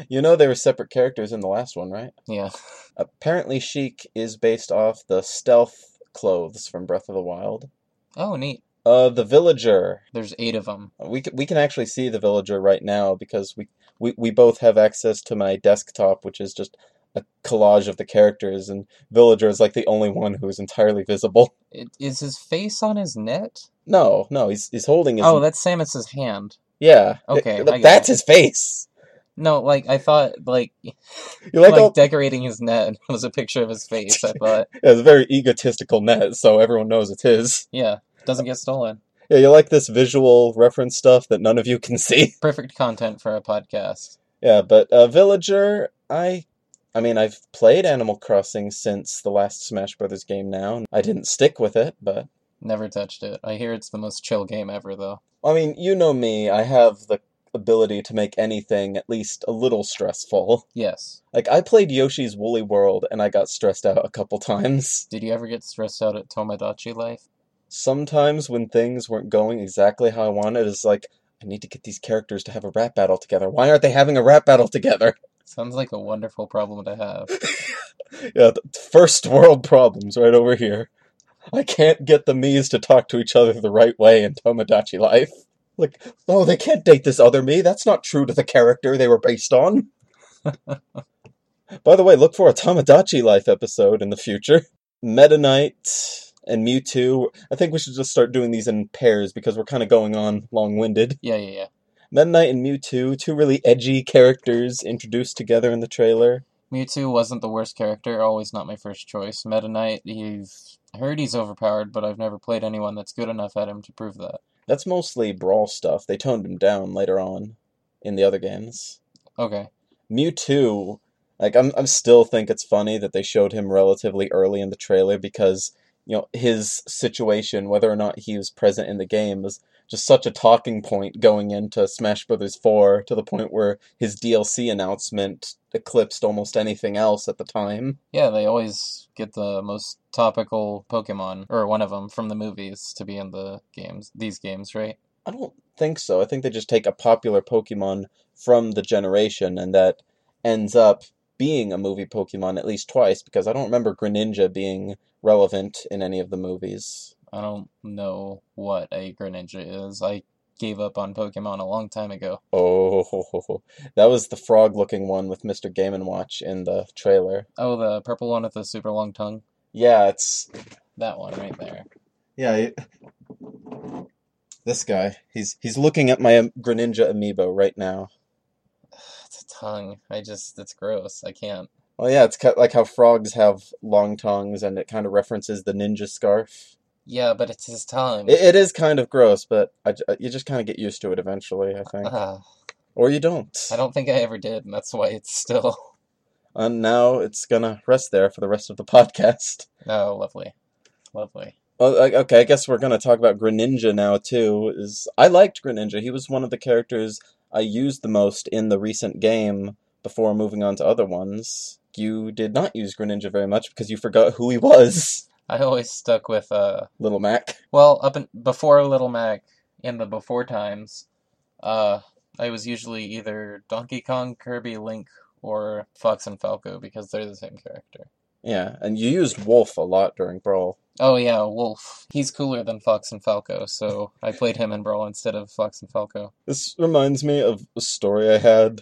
[SPEAKER 2] You know they were separate characters in the last one, right?
[SPEAKER 3] Yeah.
[SPEAKER 2] Apparently, Sheik is based off the stealth clothes from Breath of the Wild.
[SPEAKER 3] Oh, neat.
[SPEAKER 2] Uh, the villager.
[SPEAKER 3] There's eight of them.
[SPEAKER 2] We can, we can actually see the villager right now because we, we we both have access to my desktop, which is just a collage of the characters, and villager is like the only one who is entirely visible.
[SPEAKER 3] It, is his face on his net?
[SPEAKER 2] No, no, he's he's holding his
[SPEAKER 3] Oh, that's Samus's hand.
[SPEAKER 2] yeah.
[SPEAKER 3] okay,
[SPEAKER 2] Th-
[SPEAKER 3] I get
[SPEAKER 2] that's
[SPEAKER 3] it.
[SPEAKER 2] his face.
[SPEAKER 3] No, like I thought, like
[SPEAKER 2] You
[SPEAKER 3] like,
[SPEAKER 2] like, all-
[SPEAKER 3] decorating his net was a picture of his face. I thought,
[SPEAKER 2] Yeah, it's a very egotistical net, so everyone knows it's his.
[SPEAKER 3] yeah, doesn't get stolen.
[SPEAKER 2] Yeah, you like this visual reference stuff that none of you can see.
[SPEAKER 3] Perfect content for a podcast.
[SPEAKER 2] Yeah, but uh, Villager, I, I mean, I've played Animal Crossing since the last Smash Brothers game. Now I didn't stick with it, but
[SPEAKER 3] Never touched it. I hear it's the most chill game ever, though.
[SPEAKER 2] I mean, you know me. I have the ability to make anything at least a little stressful.
[SPEAKER 3] Yes.
[SPEAKER 2] Like I played Yoshi's Woolly World, and I got stressed out a couple times.
[SPEAKER 3] Did you ever get stressed out at Tomodachi Life?
[SPEAKER 2] Sometimes when things weren't going exactly how I wanted, it's like I need to get these characters to have a rap battle together. Why aren't they having a rap battle together?
[SPEAKER 3] Sounds like a wonderful problem to have.
[SPEAKER 2] Yeah, th- first world problems right over here. I can't get the Mii's to talk to each other the right way in Tomodachi Life. Like, oh, they can't date this other me. That's not true to the character they were based on. By the way, look for a Tomodachi Life episode in the future. Meta Knight and Mewtwo. I think we should just start doing these in pairs because we're kind of going on long winded.
[SPEAKER 3] Yeah, yeah, yeah.
[SPEAKER 2] Meta Knight and Mewtwo, two really edgy characters introduced together in the trailer.
[SPEAKER 3] Mewtwo wasn't the worst character, always not my first choice. Meta Knight, you've heard he's overpowered, but I've never played anyone that's good enough at him to prove that.
[SPEAKER 2] That's mostly Brawl stuff. They toned him down later on in the other games.
[SPEAKER 3] Okay.
[SPEAKER 2] Mewtwo, like I'm, I'm still think it's funny that they showed him relatively early in the trailer because you know his situation, whether or not he was present in the game, was just such a talking point going into Smash Brothers Four to the point where his DLC announcement eclipsed almost anything else at the time.
[SPEAKER 3] Yeah, they always get the most topical Pokemon, or one of them, from the movies to be in the games, these games, right?
[SPEAKER 2] I don't think so. I think they just take a popular Pokemon from the generation and that ends up being a movie Pokemon at least twice because I don't remember Greninja being relevant in any of the movies.
[SPEAKER 3] I don't know what a Greninja is. I gave up on Pokemon a long time ago.
[SPEAKER 2] Oh, that was the frog looking one with Mr. Game & Watch in the trailer.
[SPEAKER 3] Oh, the purple one with the super long tongue?
[SPEAKER 2] Yeah, it's
[SPEAKER 3] That one right there.
[SPEAKER 2] yeah, it- this guy. He's he's looking at my um, Greninja amiibo right now.
[SPEAKER 3] It's a tongue. I just, it's gross. I can't.
[SPEAKER 2] Oh yeah, it's ki- like how frogs have long tongues and it kind of references the ninja scarf.
[SPEAKER 3] Yeah, but it's his tongue.
[SPEAKER 2] It, it is kind of gross, but I j uh, you just kind of get used to it eventually, I think.
[SPEAKER 3] Ah,
[SPEAKER 2] Or you don't.
[SPEAKER 3] I don't think I ever did, and that's why it's still.
[SPEAKER 2] And now it's gonna rest there for the rest of the podcast.
[SPEAKER 3] Oh, lovely. Lovely.
[SPEAKER 2] Oh, I- okay, I guess we're gonna talk about Greninja now too. Is I liked Greninja. He was one of the characters I used the most in the recent game before moving on to other ones. You did not use Greninja very much because you forgot who he was,
[SPEAKER 3] I always stuck with, uh,
[SPEAKER 2] Little Mac.
[SPEAKER 3] well, up in, before Little Mac, in the before times, uh, I was usually either Donkey Kong, Kirby, Link, or Fox and Falco because they're the same character.
[SPEAKER 2] Yeah, and you used Wolf a lot during Brawl.
[SPEAKER 3] Oh yeah, Wolf. He's cooler than Fox and Falco, so I played him in Brawl instead of Fox and Falco.
[SPEAKER 2] This reminds me of a story I had.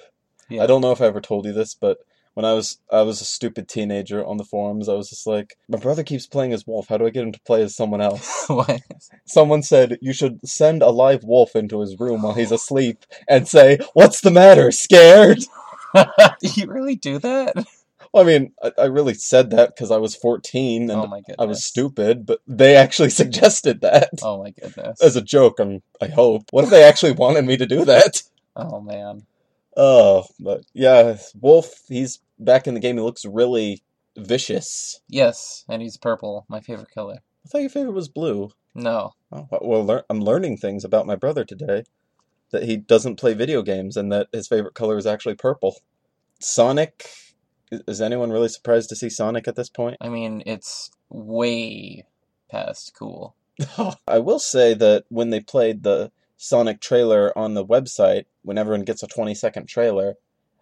[SPEAKER 3] Yeah.
[SPEAKER 2] I don't know if I ever told you this, but when I was I was a stupid teenager on the forums, I was just like, my brother keeps playing as Wolf. How do I get him to play as someone else?
[SPEAKER 3] What?
[SPEAKER 2] Someone said you should send a live wolf into his room while he's asleep and say, "What's the matter? Scared?"
[SPEAKER 3] Did you really do that?
[SPEAKER 2] I mean, I, I really said that because I was fourteen and
[SPEAKER 3] oh my goodness.
[SPEAKER 2] I was stupid, but they actually suggested that
[SPEAKER 3] Oh my goodness.
[SPEAKER 2] as a joke. And I hope. What if they actually wanted me to do that?
[SPEAKER 3] Oh man.
[SPEAKER 2] Oh, but yeah, Wolf, he's back in the game. He looks really vicious.
[SPEAKER 3] Yes, and he's purple, my favorite color.
[SPEAKER 2] I thought your favorite was blue.
[SPEAKER 3] No.
[SPEAKER 2] Oh, well, lear- I'm learning things about my brother today that he doesn't play video games and that his favorite color is actually purple. Sonic, i- is anyone really surprised to see Sonic at this point?
[SPEAKER 3] I mean, it's way past cool.
[SPEAKER 2] I will say that when they played the Sonic trailer on the website, when everyone gets a 20 second trailer,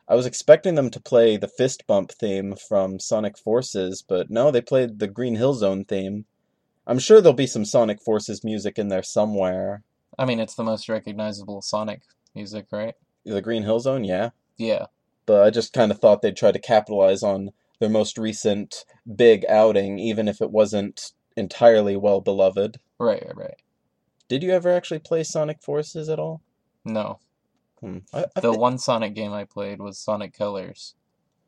[SPEAKER 2] I was expecting them to play the fist bump theme from Sonic Forces, but no, they played the Green Hill Zone theme, I'm sure there'll be some Sonic Forces music in there somewhere.
[SPEAKER 3] I mean, it's the most recognizable Sonic music, right?
[SPEAKER 2] The Green Hill Zone, yeah.
[SPEAKER 3] Yeah.
[SPEAKER 2] But I just kind of thought they'd try to capitalize on their most recent big outing, even if it wasn't entirely well beloved.
[SPEAKER 3] Right, right, right.
[SPEAKER 2] Did you ever actually play Sonic Forces at all?
[SPEAKER 3] No.
[SPEAKER 2] Hmm. I, I
[SPEAKER 3] The
[SPEAKER 2] thi-
[SPEAKER 3] one Sonic game I played was Sonic Colors.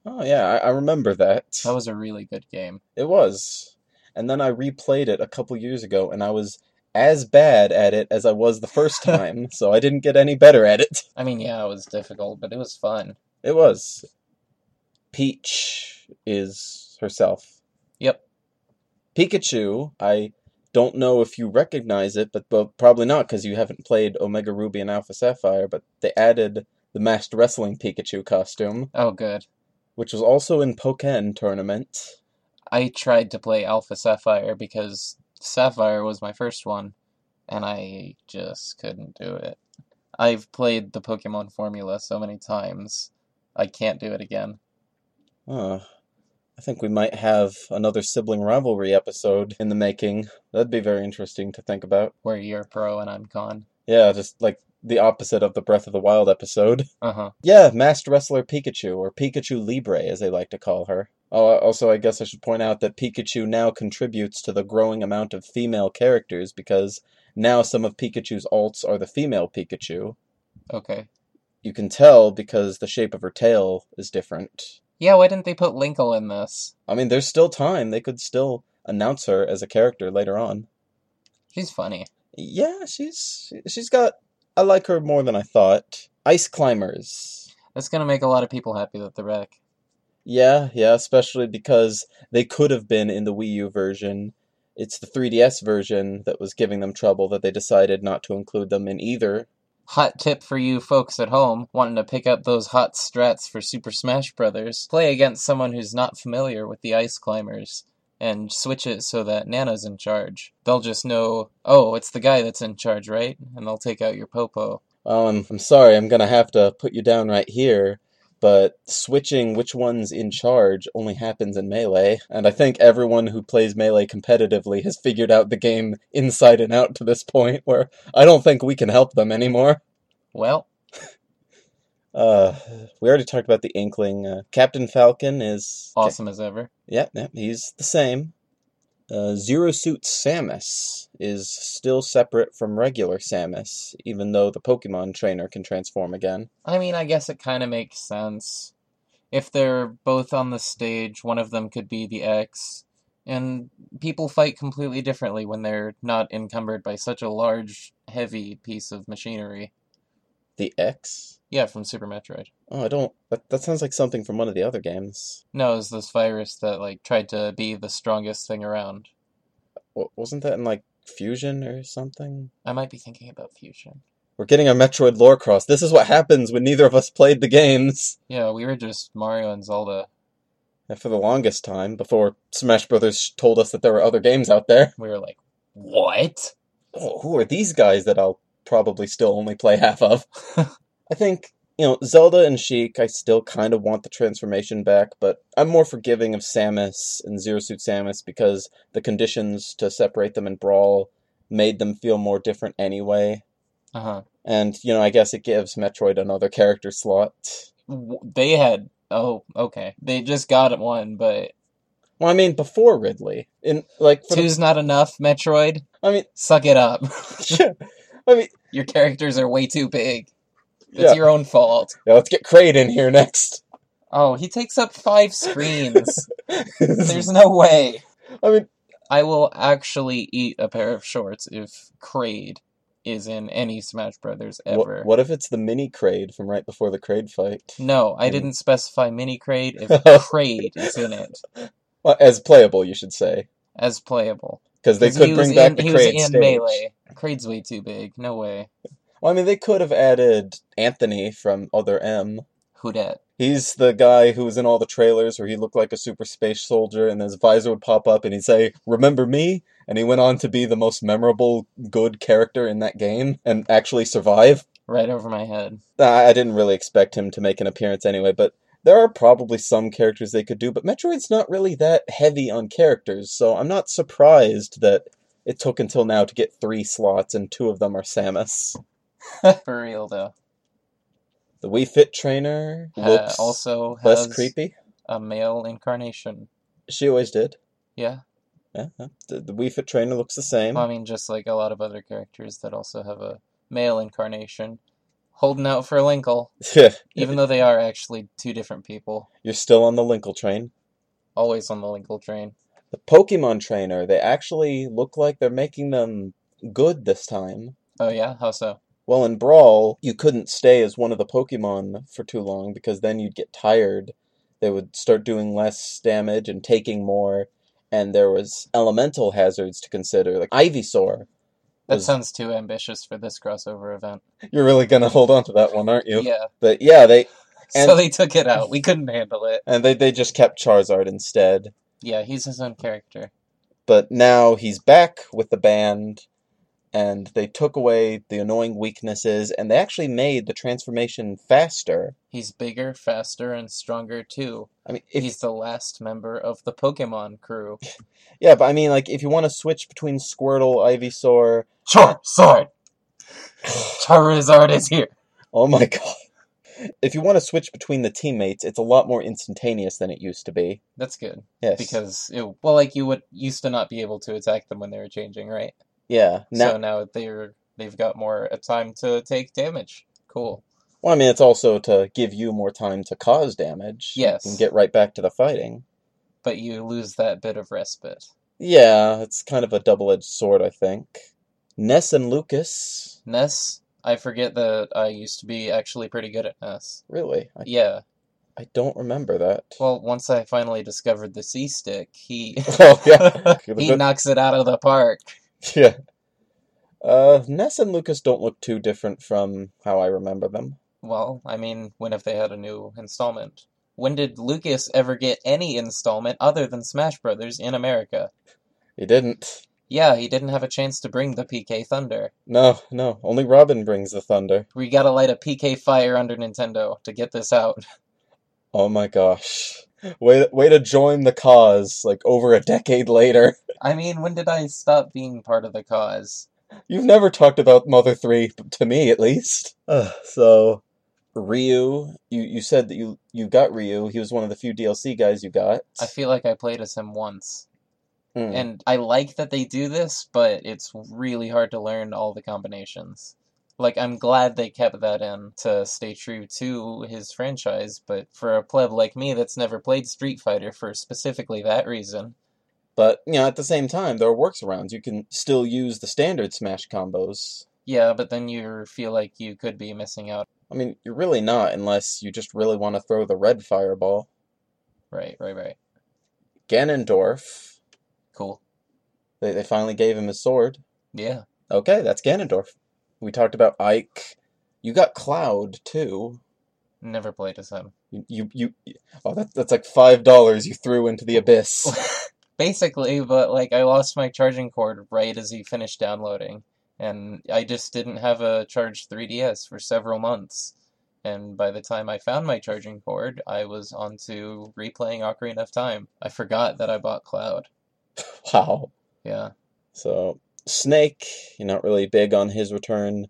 [SPEAKER 2] oh yeah, I, I remember that.
[SPEAKER 3] That was a really good game.
[SPEAKER 2] It was. And then I replayed it a couple years ago, and I was as bad at it as I was the first time, so I didn't get any better at it.
[SPEAKER 3] I mean, yeah, it was difficult, but it was fun.
[SPEAKER 2] It was. Peach is herself.
[SPEAKER 3] Yep.
[SPEAKER 2] Pikachu, I don't know if you recognize it, but, but probably not because you haven't played Omega Ruby and Alpha Sapphire, but they added the masked wrestling Pikachu costume,
[SPEAKER 3] Oh, good.
[SPEAKER 2] which was also in Pokken tournament.
[SPEAKER 3] I tried to play Alpha Sapphire because Sapphire was my first one, and I just couldn't do it. I've played the Pokemon formula so many times, I can't do it again.
[SPEAKER 2] Huh. I think we might have another sibling rivalry episode in the making. That'd be very interesting to think about.
[SPEAKER 3] Where you're pro and I'm con.
[SPEAKER 2] Yeah, just like the opposite of the Breath of the Wild episode.
[SPEAKER 3] Uh huh.
[SPEAKER 2] Yeah, masked wrestler Pikachu, or Pikachu Libre as they like to call her. Oh, also, I guess I should point out that Pikachu now contributes to the growing amount of female characters because now some of Pikachu's alts are the female Pikachu.
[SPEAKER 3] Okay.
[SPEAKER 2] You can tell because the shape of her tail is different.
[SPEAKER 3] Yeah, why didn't they put Linkle in this?
[SPEAKER 2] I mean, there's still time. They could still announce her as a character later on.
[SPEAKER 3] She's funny.
[SPEAKER 2] Yeah, she's she's got. I like her more than I thought. Ice climbers.
[SPEAKER 3] That's gonna make a lot of people happy that they're back.
[SPEAKER 2] Yeah, yeah, especially because they could have been in the Wii U version. It's the 3DS version that was giving them trouble that they decided not to include them in either.
[SPEAKER 3] Hot tip for you folks at home wanting to pick up those hot strats for Super Smash Brothers. Play against someone who's not familiar with the ice climbers and switch it so that Nana's in charge. They'll just know, oh, it's the guy that's in charge, right? And they'll take out your popo.
[SPEAKER 2] Well, Um, I'm, I'm sorry, I'm gonna have to put you down right here, but switching which one's in charge only happens in Melee, and I think everyone who plays Melee competitively has figured out the game inside and out to this point where I don't think we can help them anymore.
[SPEAKER 3] Well,
[SPEAKER 2] Uh, we already talked about the Inkling. Uh, Captain Falcon is
[SPEAKER 3] awesome as ever.
[SPEAKER 2] Yep, yep, he's the same. Uh, Zero Suit Samus is still separate from regular Samus, even though the Pokemon trainer can transform again.
[SPEAKER 3] I mean, I guess it kind of makes sense. If they're both on the stage, one of them could be the X, and people fight completely differently when they're not encumbered by such a large, heavy piece of machinery.
[SPEAKER 2] The X?
[SPEAKER 3] Yeah, from Super Metroid.
[SPEAKER 2] Oh, I don't. That, that sounds like something from one of the other games.
[SPEAKER 3] No, it's this virus that like tried to be the strongest thing around.
[SPEAKER 2] W- wasn't that in, like, Fusion or something?
[SPEAKER 3] I might be thinking about Fusion.
[SPEAKER 2] We're getting our Metroid lore crossed. This is what happens when neither of us played the games.
[SPEAKER 3] Yeah, we were just Mario and Zelda.
[SPEAKER 2] And for the longest time, before Smash Brothers told us that there were other games out there.
[SPEAKER 3] We were like, what?
[SPEAKER 2] oh, who are these guys that I'll probably still only play half of? I think, you know, Zelda and Sheik, I still kind of want the transformation back, but I'm more forgiving of Samus and Zero Suit Samus because the conditions to separate them in Brawl made them feel more different anyway.
[SPEAKER 3] Uh huh.
[SPEAKER 2] And, you know, I guess it gives Metroid another character slot.
[SPEAKER 3] W- They had. Oh, okay. They just got one, but
[SPEAKER 2] Well, I mean, before Ridley. In, like, for the-
[SPEAKER 3] two's not enough. Metroid,
[SPEAKER 2] I mean,
[SPEAKER 3] suck it up.
[SPEAKER 2] yeah. I mean,
[SPEAKER 3] Your characters are way too big. It's
[SPEAKER 2] yeah.
[SPEAKER 3] your own fault.
[SPEAKER 2] yeah. Let's get Kraid in here next.
[SPEAKER 3] Oh, he takes up five screens. There's no way.
[SPEAKER 2] I mean,
[SPEAKER 3] I will actually eat a pair of shorts if Kraid is in any Smash Brothers ever.
[SPEAKER 2] What, what if it's the mini Kraid from right before the Kraid fight?
[SPEAKER 3] No, I
[SPEAKER 2] Hmm.
[SPEAKER 3] didn't specify mini Kraid if Kraid is in it
[SPEAKER 2] Well, as playable, you should say,
[SPEAKER 3] as playable.
[SPEAKER 2] because they
[SPEAKER 3] 'Cause
[SPEAKER 2] could
[SPEAKER 3] he was
[SPEAKER 2] bring back
[SPEAKER 3] in-
[SPEAKER 2] the
[SPEAKER 3] he was
[SPEAKER 2] Kraid
[SPEAKER 3] in
[SPEAKER 2] stage.
[SPEAKER 3] Melee. Kraid's way too big. No way.
[SPEAKER 2] Well, I mean, they could have added Anthony from Other M.
[SPEAKER 3] Who dat?
[SPEAKER 2] He's the guy who was in all the trailers where he looked like a super space soldier, and his visor would pop up, and he'd say, "Remember me?" And he went on to be the most memorable good character in that game and actually survive.
[SPEAKER 3] Right over my head.
[SPEAKER 2] I I didn't really expect him to make an appearance anyway, but there are probably some characters they could do, but Metroid's not really that heavy on characters, so I'm not surprised that It took until now to get three slots, and two of them are Samus.
[SPEAKER 3] For real though.
[SPEAKER 2] The Wii Fit trainer
[SPEAKER 3] Uh,
[SPEAKER 2] looks
[SPEAKER 3] also
[SPEAKER 2] less
[SPEAKER 3] has
[SPEAKER 2] creepy.
[SPEAKER 3] a male incarnation.
[SPEAKER 2] She always did.
[SPEAKER 3] Yeah.
[SPEAKER 2] Yeah, yeah. the, the Wii Fit trainer looks the same.
[SPEAKER 3] I mean, just like a lot of other characters that also have a male incarnation, holding out for Linkle,
[SPEAKER 2] Yeah,
[SPEAKER 3] even though they are actually two different people,
[SPEAKER 2] you're still on the Linkle train.
[SPEAKER 3] always on the Linkle train.
[SPEAKER 2] The Pokemon trainer, they actually look like they're making them good this time.
[SPEAKER 3] Oh yeah, how so?
[SPEAKER 2] Well, in Brawl, you couldn't stay as one of the Pokemon for too long because then you'd get tired. They would start doing less damage and taking more, and there was elemental hazards to consider, like Ivysaur.
[SPEAKER 3] That
[SPEAKER 2] Was-
[SPEAKER 3] sounds too ambitious for this crossover event.
[SPEAKER 2] You're really gonna hold on to that one, aren't you?
[SPEAKER 3] Yeah.
[SPEAKER 2] But yeah, they
[SPEAKER 3] so
[SPEAKER 2] And-
[SPEAKER 3] they took it out. We couldn't handle it.
[SPEAKER 2] and they, they just kept Charizard instead.
[SPEAKER 3] Yeah, he's his own character.
[SPEAKER 2] but now he's back with the band and they took away the annoying weaknesses and they actually made the transformation faster
[SPEAKER 3] He's bigger, faster, and stronger too.
[SPEAKER 2] i mean if
[SPEAKER 3] He's the last member of the Pokemon crew.
[SPEAKER 2] yeah but i mean like if you want to switch between squirtle ivysaur
[SPEAKER 3] Charizard! Charizard is here!
[SPEAKER 2] oh my god if you want to switch between the teammates it's a lot more instantaneous than it used to be
[SPEAKER 3] That's good.
[SPEAKER 2] yes
[SPEAKER 3] because it, well like you would used to not be able to attack them when they were changing right
[SPEAKER 2] yeah now
[SPEAKER 3] so now they're they've got more uh, time to take damage cool
[SPEAKER 2] well i mean it's also to give you more time to cause damage
[SPEAKER 3] Yes.
[SPEAKER 2] you can get right back to the fighting
[SPEAKER 3] but you lose that bit of respite
[SPEAKER 2] yeah it's kind of a double-edged sword i think ness and lucas
[SPEAKER 3] ness i forget that i used to be actually pretty good at ness
[SPEAKER 2] Really? I,
[SPEAKER 3] yeah
[SPEAKER 2] I don't remember that.
[SPEAKER 3] well once i finally discovered the c stick he
[SPEAKER 2] oh yeah.
[SPEAKER 3] he knocks it out of the park
[SPEAKER 2] yeah. Uh, Ness and Lucas don't look too different from how I remember them.
[SPEAKER 3] well i mean when if they had a new installment when did lucas ever get any installment other than smash brothers in america
[SPEAKER 2] He didn't.
[SPEAKER 3] Yeah, he didn't have a chance to bring the PK Thunder.
[SPEAKER 2] No, no. Only Robin brings the thunder.
[SPEAKER 3] We gotta light a PK fire under Nintendo to get this out.
[SPEAKER 2] Oh my gosh. Way way to join the cause like over a decade later.
[SPEAKER 3] I mean, when did I stop being part of the cause?
[SPEAKER 2] You've never talked about Mother 3 to me at least. Uh, so Ryu, you you said that you you got Ryu. He was one of the few DLC guys you got.
[SPEAKER 3] I feel like I played as him once.
[SPEAKER 2] Mm.
[SPEAKER 3] And I like that they do this, but it's really hard to learn all the combinations. Like, I'm glad they kept that in to stay true to his franchise, but for a pleb like me that's never played Street Fighter for specifically that reason,
[SPEAKER 2] But you know, at the same time, there are workarounds. You can still use the standard smash combos.
[SPEAKER 3] yeah, but then you feel like you could be missing out.
[SPEAKER 2] I mean, you're really not unless you just really want to throw the red fireball.
[SPEAKER 3] Right, right, right.
[SPEAKER 2] Ganondorf.
[SPEAKER 3] Cool.
[SPEAKER 2] They they finally gave him his sword.
[SPEAKER 3] Yeah.
[SPEAKER 2] Okay, that's Ganondorf. We talked about Ike. You got Cloud too.
[SPEAKER 3] Never played as him.
[SPEAKER 2] You you, you oh that, that's like five dollars you threw into the abyss.
[SPEAKER 3] Basically, but like I lost my charging cord right as he finished downloading, and I just didn't have a charged 3DS for several months. And by the time I found my charging cord, I was onto replaying Ocarina of Time. I forgot that I bought Cloud.
[SPEAKER 2] Wow.
[SPEAKER 3] Yeah.
[SPEAKER 2] So Snake, you're not really big on his return.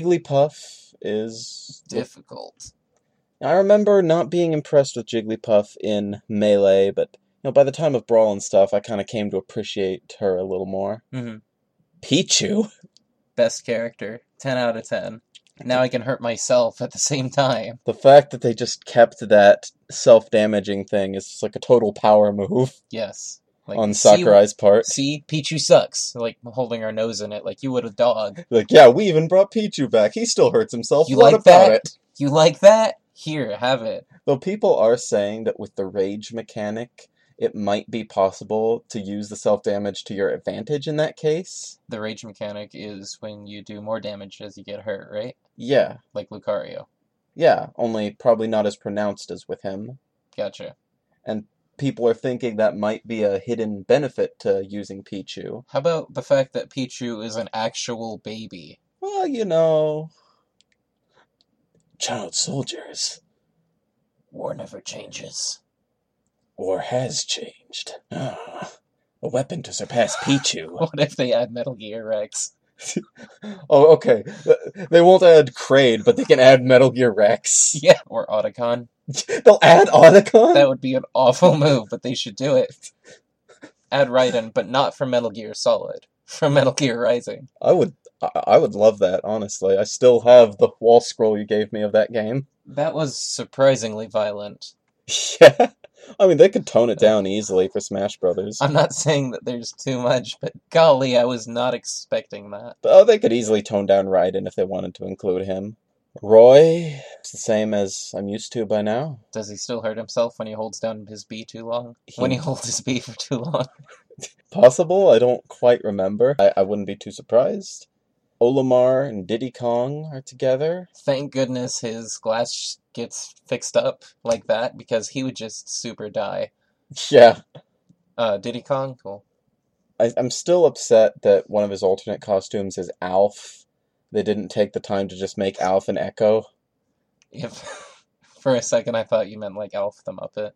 [SPEAKER 2] Jigglypuff is
[SPEAKER 3] Difficult.
[SPEAKER 2] I remember not being impressed with Jigglypuff in Melee, but you know, by the time of Brawl and stuff, I kind of came to appreciate her a little more.
[SPEAKER 3] hmm
[SPEAKER 2] Pichu,
[SPEAKER 3] Best character. 10 out of 10. Now I can hurt myself at the same time.
[SPEAKER 2] the fact that they just kept that self-damaging thing is just like a total power move
[SPEAKER 3] Yes. Like,
[SPEAKER 2] on
[SPEAKER 3] see-
[SPEAKER 2] Sakurai's part.
[SPEAKER 3] See, Pichu sucks. Like holding our nose in it, like you would a dog.
[SPEAKER 2] Like, yeah, we even brought Pichu back. He still hurts himself.
[SPEAKER 3] You
[SPEAKER 2] what
[SPEAKER 3] like
[SPEAKER 2] about
[SPEAKER 3] that?
[SPEAKER 2] it?
[SPEAKER 3] You like that? Here, have it.
[SPEAKER 2] Though people are saying that with the rage mechanic, it might be possible to use the self-damage to your advantage in that case.
[SPEAKER 3] The rage mechanic is when you do more damage as you get hurt, right?
[SPEAKER 2] Yeah.
[SPEAKER 3] Like Lucario.
[SPEAKER 2] Yeah, only probably not as pronounced as with him.
[SPEAKER 3] Gotcha.
[SPEAKER 2] People are thinking that might be a hidden benefit to using Pichu.
[SPEAKER 3] How about the fact that Pichu is an actual baby?
[SPEAKER 2] Well, you know, child soldiers.
[SPEAKER 3] War never changes.
[SPEAKER 2] War has changed. Ah. A weapon to surpass Pichu.
[SPEAKER 3] What if they add Metal Gear Rex?
[SPEAKER 2] oh, okay. They won't add Kraid, but they can add Metal Gear Rex.
[SPEAKER 3] Yeah, or Otacon.
[SPEAKER 2] They'll add Otacon?
[SPEAKER 3] That would be an awful move, but they should do it. Add Raiden, but not from Metal Gear Solid, from Metal Gear Rising.
[SPEAKER 2] I would I I would love that, honestly. I still have the wall scroll you gave me of that game.
[SPEAKER 3] That was surprisingly violent.
[SPEAKER 2] Yeah. I mean, they could tone it down easily for Smash Brothers.
[SPEAKER 3] I'm not saying that there's too much, but golly, I was not expecting that.
[SPEAKER 2] Oh, they could easily tone down Raiden if they wanted to include him. Roy, it's the same as I'm used to by now.
[SPEAKER 3] Does he still hurt himself when he holds down his B too long? When he
[SPEAKER 2] He-
[SPEAKER 3] holds his B for too long?
[SPEAKER 2] Possible, I don't quite remember. I, I wouldn't be too surprised. Olimar and Diddy Kong are together.
[SPEAKER 3] Thank goodness his glass gets fixed up like that because he would just super die.
[SPEAKER 2] Yeah.
[SPEAKER 3] Uh, Diddy Kong, cool.
[SPEAKER 2] I, I'm still upset that one of his alternate costumes is Alf. They didn't take the time to just make Alf and Echo.
[SPEAKER 3] If for a second I thought you meant like Alf the Muppet.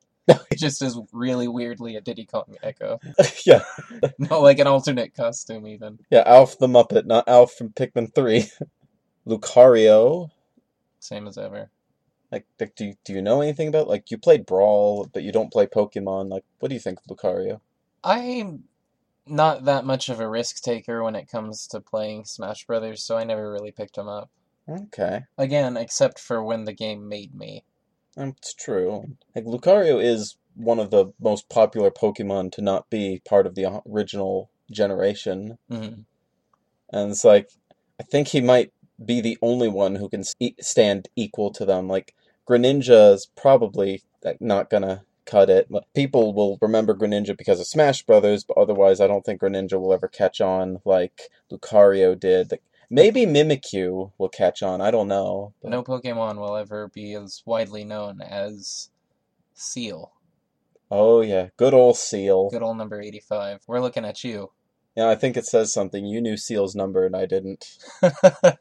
[SPEAKER 3] just as really weirdly a Diddy Kong echo.
[SPEAKER 2] yeah,
[SPEAKER 3] Not like an alternate costume even.
[SPEAKER 2] yeah, Alf the Muppet, not Alf from Pikmin 3. Lucario,
[SPEAKER 3] Same as ever.
[SPEAKER 2] Like, like do you, do you know anything about like you played Brawl, but you don't play Pokemon? Like, what do you think of Lucario?
[SPEAKER 3] I'm not that much of a risk taker when it comes to playing Smash Brothers, so I never really picked him up.
[SPEAKER 2] Okay,
[SPEAKER 3] Again, except for when the game made me.
[SPEAKER 2] that's true. Like Lucario is one of the most popular Pokemon to not be part of the original generation,
[SPEAKER 3] Mhm.
[SPEAKER 2] and it's like I think he might be the only one who can s- e- stand equal to them. Like Greninja's probably like, not gonna cut it. Like, People will remember Greninja because of Smash Brothers, but otherwise, I don't think Greninja will ever catch on like Lucario did. Like, maybe Mimikyu will catch on. I don't know. but-
[SPEAKER 3] No Pokemon will ever be as widely known as Seal.
[SPEAKER 2] Oh yeah, good old Seal.
[SPEAKER 3] Good old number 85. We're looking at you.
[SPEAKER 2] Yeah, I think it says something. You knew Seal's number and I didn't.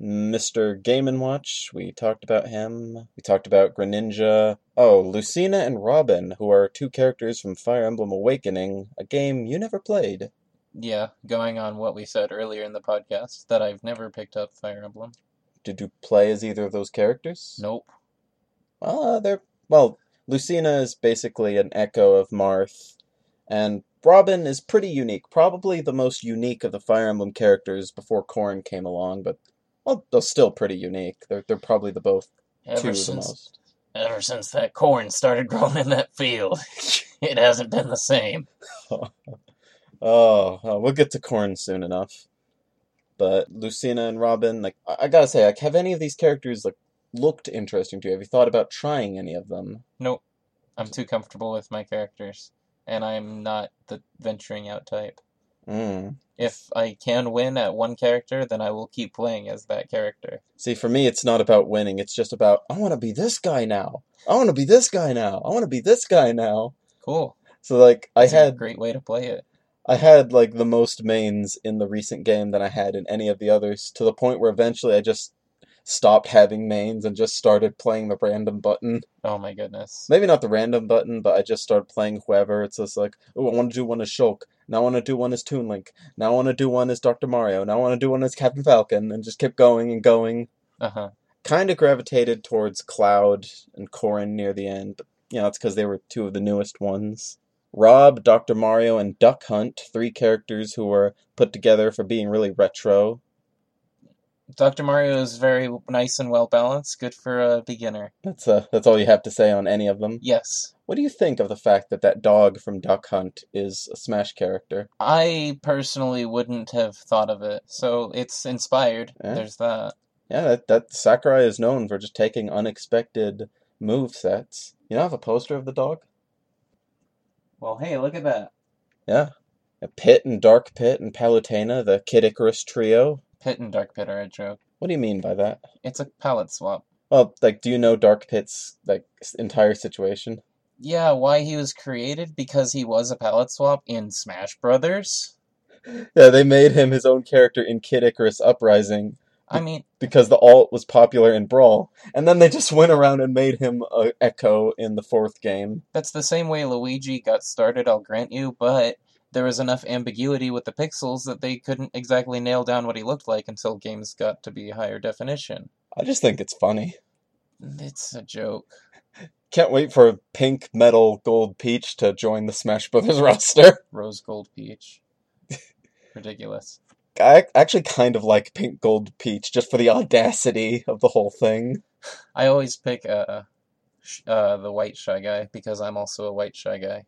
[SPEAKER 2] Mr. Game and Watch. We talked about him. We talked about Greninja. Oh, Lucina and Robin, who are two characters from Fire Emblem Awakening, a game you never played.
[SPEAKER 3] Yeah, going on what we said earlier in the podcast, that I've never picked up Fire Emblem.
[SPEAKER 2] Did you play as either of those characters?
[SPEAKER 3] Nope.
[SPEAKER 2] Ah, they're well. Lucina is basically an echo of Marth, and Robin is pretty unique. Probably the most unique of the Fire Emblem characters before Corrin came along, but well, they're still pretty unique. They're they're probably the both two
[SPEAKER 3] Ever
[SPEAKER 2] of the
[SPEAKER 3] since
[SPEAKER 2] most.
[SPEAKER 3] ever since that corn started growing in that field, it hasn't been the same.
[SPEAKER 2] Oh, oh, we'll get to Corn soon enough. But Lucina and Robin, like I, I gotta say, like have any of these characters like looked interesting to you? Have you thought about trying any of them?
[SPEAKER 3] Nope. I'm too comfortable with my characters, and I'm not the venturing out type.
[SPEAKER 2] Mm.
[SPEAKER 3] If I can win at one character, then I will keep playing as that character.
[SPEAKER 2] See, for me, it's not about winning. It's just about I want to be this guy now. I want to be this guy now. I want to be this guy now.
[SPEAKER 3] Cool.
[SPEAKER 2] So like I
[SPEAKER 3] That's a
[SPEAKER 2] had
[SPEAKER 3] great way to play it.
[SPEAKER 2] I had like the most mains in the recent game than I had in any of the others to the point where eventually I just stopped having mains and just started playing the random button.
[SPEAKER 3] Oh my goodness.
[SPEAKER 2] maybe not the random button, but I just start playing whoever. It's just like, oh, I want to do one as Shulk. Now I want to do one as Toon Link. Now I want to do one as Dr. Mario. Now I want to do one as Captain Falcon, and just kept going and going.
[SPEAKER 3] Uh huh.
[SPEAKER 2] Kind of gravitated towards Cloud and Corrin near the end, but you know, it's because they were two of the newest ones. Rob, Dr. Mario, and Duck Hunt, three characters who were put together for being really retro.
[SPEAKER 3] Dr. Mario is very nice and well balanced. Good for a beginner.
[SPEAKER 2] That's uh, that's all you have to say on any of them.
[SPEAKER 3] Yes.
[SPEAKER 2] What do you think of the fact that that dog from Duck Hunt is a Smash character?
[SPEAKER 3] I personally wouldn't have thought of it, so it's inspired.
[SPEAKER 2] Yeah.
[SPEAKER 3] There's that.
[SPEAKER 2] Yeah, that, that Sakurai is known for just taking unexpected move sets. You know, I have a poster of the dog.
[SPEAKER 3] Well, hey, look at that.
[SPEAKER 2] Yeah, a Pit and Dark Pit and Palutena, the Kid Icarus trio.
[SPEAKER 3] Pit and Dark Pit are a joke.
[SPEAKER 2] What do you mean by that?
[SPEAKER 3] It's a palette swap.
[SPEAKER 2] Well, like, do you know Dark Pit's like s- entire situation?
[SPEAKER 3] Yeah, why he was created? Because he was a palette swap in Smash Brothers?
[SPEAKER 2] Yeah, they made him his own character in Kid Icarus Uprising,
[SPEAKER 3] I mean,
[SPEAKER 2] because the alt was popular in Brawl, and then they just went around and made him a Echo in the fourth game.
[SPEAKER 3] that's the same way Luigi got started, I'll grant you, but there was enough ambiguity with the pixels that they couldn't exactly nail down what he looked like until games got to be higher definition.
[SPEAKER 2] I just think it's funny.
[SPEAKER 3] It's a joke.
[SPEAKER 2] Can't wait for Pink Metal Gold Peach to join the Smash Brothers roster.
[SPEAKER 3] Rose gold peach. Ridiculous.
[SPEAKER 2] I ac- actually kind of like Pink Gold Peach just for the audacity of the whole thing.
[SPEAKER 3] I always pick uh, sh- uh the white shy guy because I'm also a white shy guy.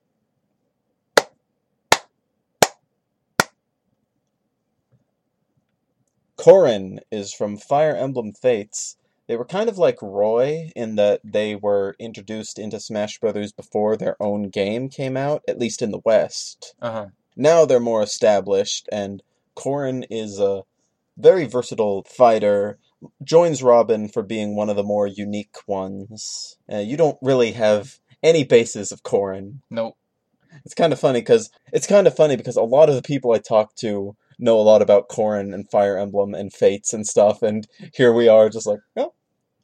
[SPEAKER 2] Corin is from Fire Emblem Fates. They were kind of like Roy in that they were introduced into Smash Brothers before their own game came out, at least in the West.
[SPEAKER 3] Uh huh.
[SPEAKER 2] Now they're more established, and Corin is a very versatile fighter. Joins Robin for being one of the more unique ones. Uh, you don't really have any basis of Corin.
[SPEAKER 3] Nope.
[SPEAKER 2] It's kind of funny because it's kind of funny because a lot of the people I talk to know a lot about Corin and Fire Emblem and Fates and stuff, and here we are just like, oh.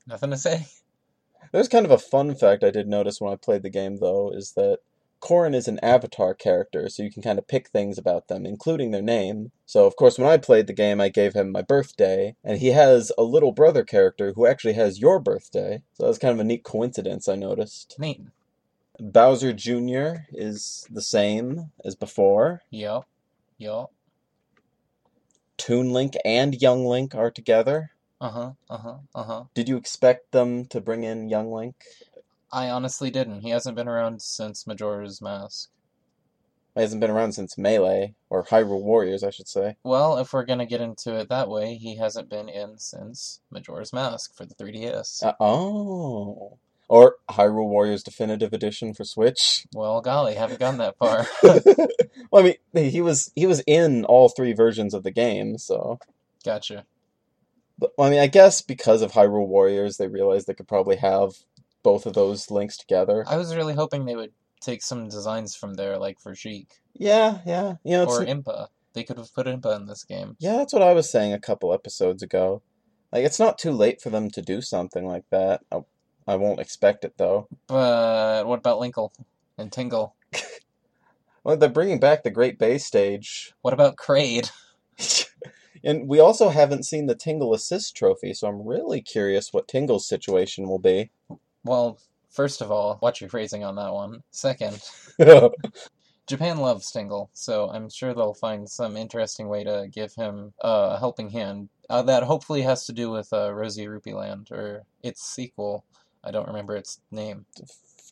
[SPEAKER 3] Nothing to say.
[SPEAKER 2] There's kind of a fun fact I did notice when I played the game though is that Corin is an avatar character, so you can kind of pick things about them, including their name. So of course, when I played the game, I gave him my birthday, and he has a little brother character who actually has your birthday. So that was kind of a neat coincidence I noticed.
[SPEAKER 3] Neat.
[SPEAKER 2] Bowser Jr. is the same as before.
[SPEAKER 3] Yup. Yup.
[SPEAKER 2] Toon Link and Young Link are together.
[SPEAKER 3] Uh huh. Uh huh. Uh huh.
[SPEAKER 2] Did you expect them to bring in Young Link?
[SPEAKER 3] I honestly didn't. He hasn't been around since Majora's Mask.
[SPEAKER 2] He hasn't been around since Melee, or Hyrule Warriors, I should say.
[SPEAKER 3] Well, if we're gonna get into it that way, he hasn't been in since Majora's Mask for the 3DS.
[SPEAKER 2] Uh, oh. Or Hyrule Warriors Definitive Edition for Switch.
[SPEAKER 3] well, golly, haven't gone that far.
[SPEAKER 2] well, I mean, he was he was in all three versions of the game, so.
[SPEAKER 3] gotcha.
[SPEAKER 2] But, I mean, I guess because of Hyrule Warriors, they realized they could probably have both of those links together.
[SPEAKER 3] I was really hoping they would take some designs from there, like for Sheik
[SPEAKER 2] Yeah, yeah. You know, it's
[SPEAKER 3] or Impa. They could have put Impa in this game.
[SPEAKER 2] Yeah, that's what I was saying a couple episodes ago. Like, it's not too late for them to do something like that. I, I won't expect it though.
[SPEAKER 3] But what about Linkle and Tingle?
[SPEAKER 2] Well, they're bringing back the Great Bay stage,
[SPEAKER 3] What about Kraid?
[SPEAKER 2] and we also haven't seen the Tingle Assist Trophy, so I'm really curious what Tingle's situation will be.
[SPEAKER 3] Well, first of all, watch your phrasing on that one. Second, Japan loves Tingle, so I'm sure they'll find some interesting way to give him uh, a helping hand. Uh, that hopefully has to do with uh, Rosie Rupee Land or its sequel. I don't remember its name.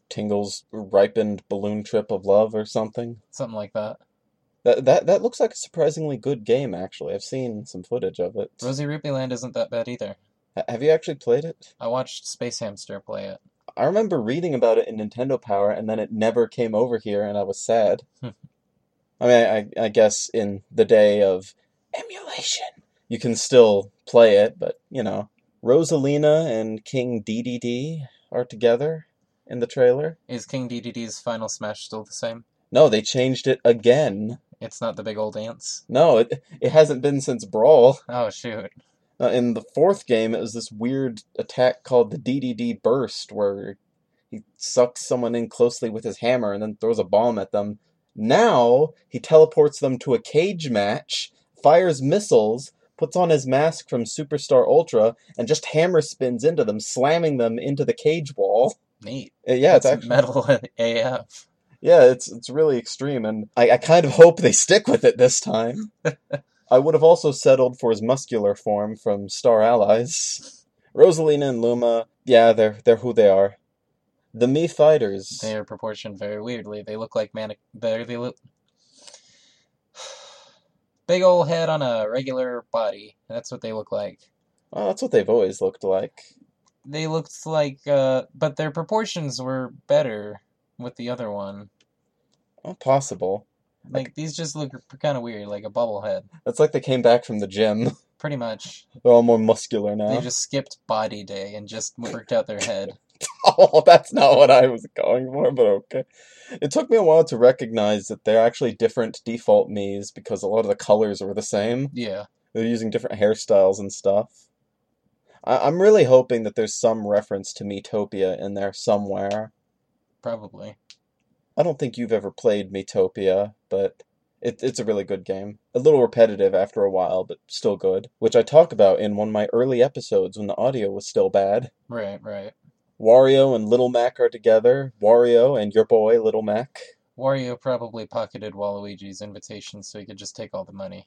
[SPEAKER 2] Tingle's ripened balloon trip of love or something.
[SPEAKER 3] Something like that.
[SPEAKER 2] That that that looks like a surprisingly good game actually. I've seen some footage of it.
[SPEAKER 3] Rosie Rupee Land isn't that bad either.
[SPEAKER 2] Ha- Have you actually played it?
[SPEAKER 3] I watched Space Hamster play it.
[SPEAKER 2] I remember reading about it in Nintendo Power, and then it never came over here, and I was sad. I mean, I, I guess in the day of emulation, you can still play it, but you know, Rosalina and King DDD are together in the trailer.
[SPEAKER 3] Is King DDD's final smash still the same?
[SPEAKER 2] No, they changed it again.
[SPEAKER 3] It's not the big old ants.
[SPEAKER 2] No, it it hasn't been since Brawl.
[SPEAKER 3] Oh shoot.
[SPEAKER 2] Uh, in the fourth game, it was this weird attack called the DDD Burst, where he sucks someone in closely with his hammer and then throws a bomb at them. Now he teleports them to a cage match, fires missiles, puts on his mask from Superstar Ultra, and just hammer spins into them, slamming them into the cage wall.
[SPEAKER 3] Neat.
[SPEAKER 2] Uh, yeah, it's
[SPEAKER 3] That's
[SPEAKER 2] actually,
[SPEAKER 3] metal AF.
[SPEAKER 2] yeah, it's it's really extreme, and I, I kind of hope they stick with it this time. I would have also settled for his muscular form from Star Allies. Rosalina and Luma, yeah, they're they're who they are. The Mii Fighters.
[SPEAKER 3] They are proportioned very weirdly. They look like manic. They they look big old head on a regular body. That's what they look like.
[SPEAKER 2] Well, Oh, that's what they've always looked like.
[SPEAKER 3] They looked like, uh, but their proportions were better with the other one.
[SPEAKER 2] Well, Oh, possible.
[SPEAKER 3] Like these just look kind of weird, like a bubble head,
[SPEAKER 2] That's like they came back from the gym.
[SPEAKER 3] pretty much.
[SPEAKER 2] They're all more muscular now.
[SPEAKER 3] They just skipped body day and just worked out their head.
[SPEAKER 2] Oh, that's not what I was going for, but okay. It took me a while to recognize that they're actually different default Mii's because a lot of the colors were the same.
[SPEAKER 3] Yeah.
[SPEAKER 2] They're using different hairstyles and stuff. I- I'm really hoping that there's some reference to Metopia in there somewhere.
[SPEAKER 3] Probably.
[SPEAKER 2] I don't think you've ever played Metopia, but it, it's a really good game. A little repetitive after a while, but still good, which I talk about in one of my early episodes when the audio was still bad.
[SPEAKER 3] Right, right.
[SPEAKER 2] Wario and Little Mac are together. Wario and your boy Little Mac.
[SPEAKER 3] Wario probably pocketed Waluigi's invitation so he could just take all the money.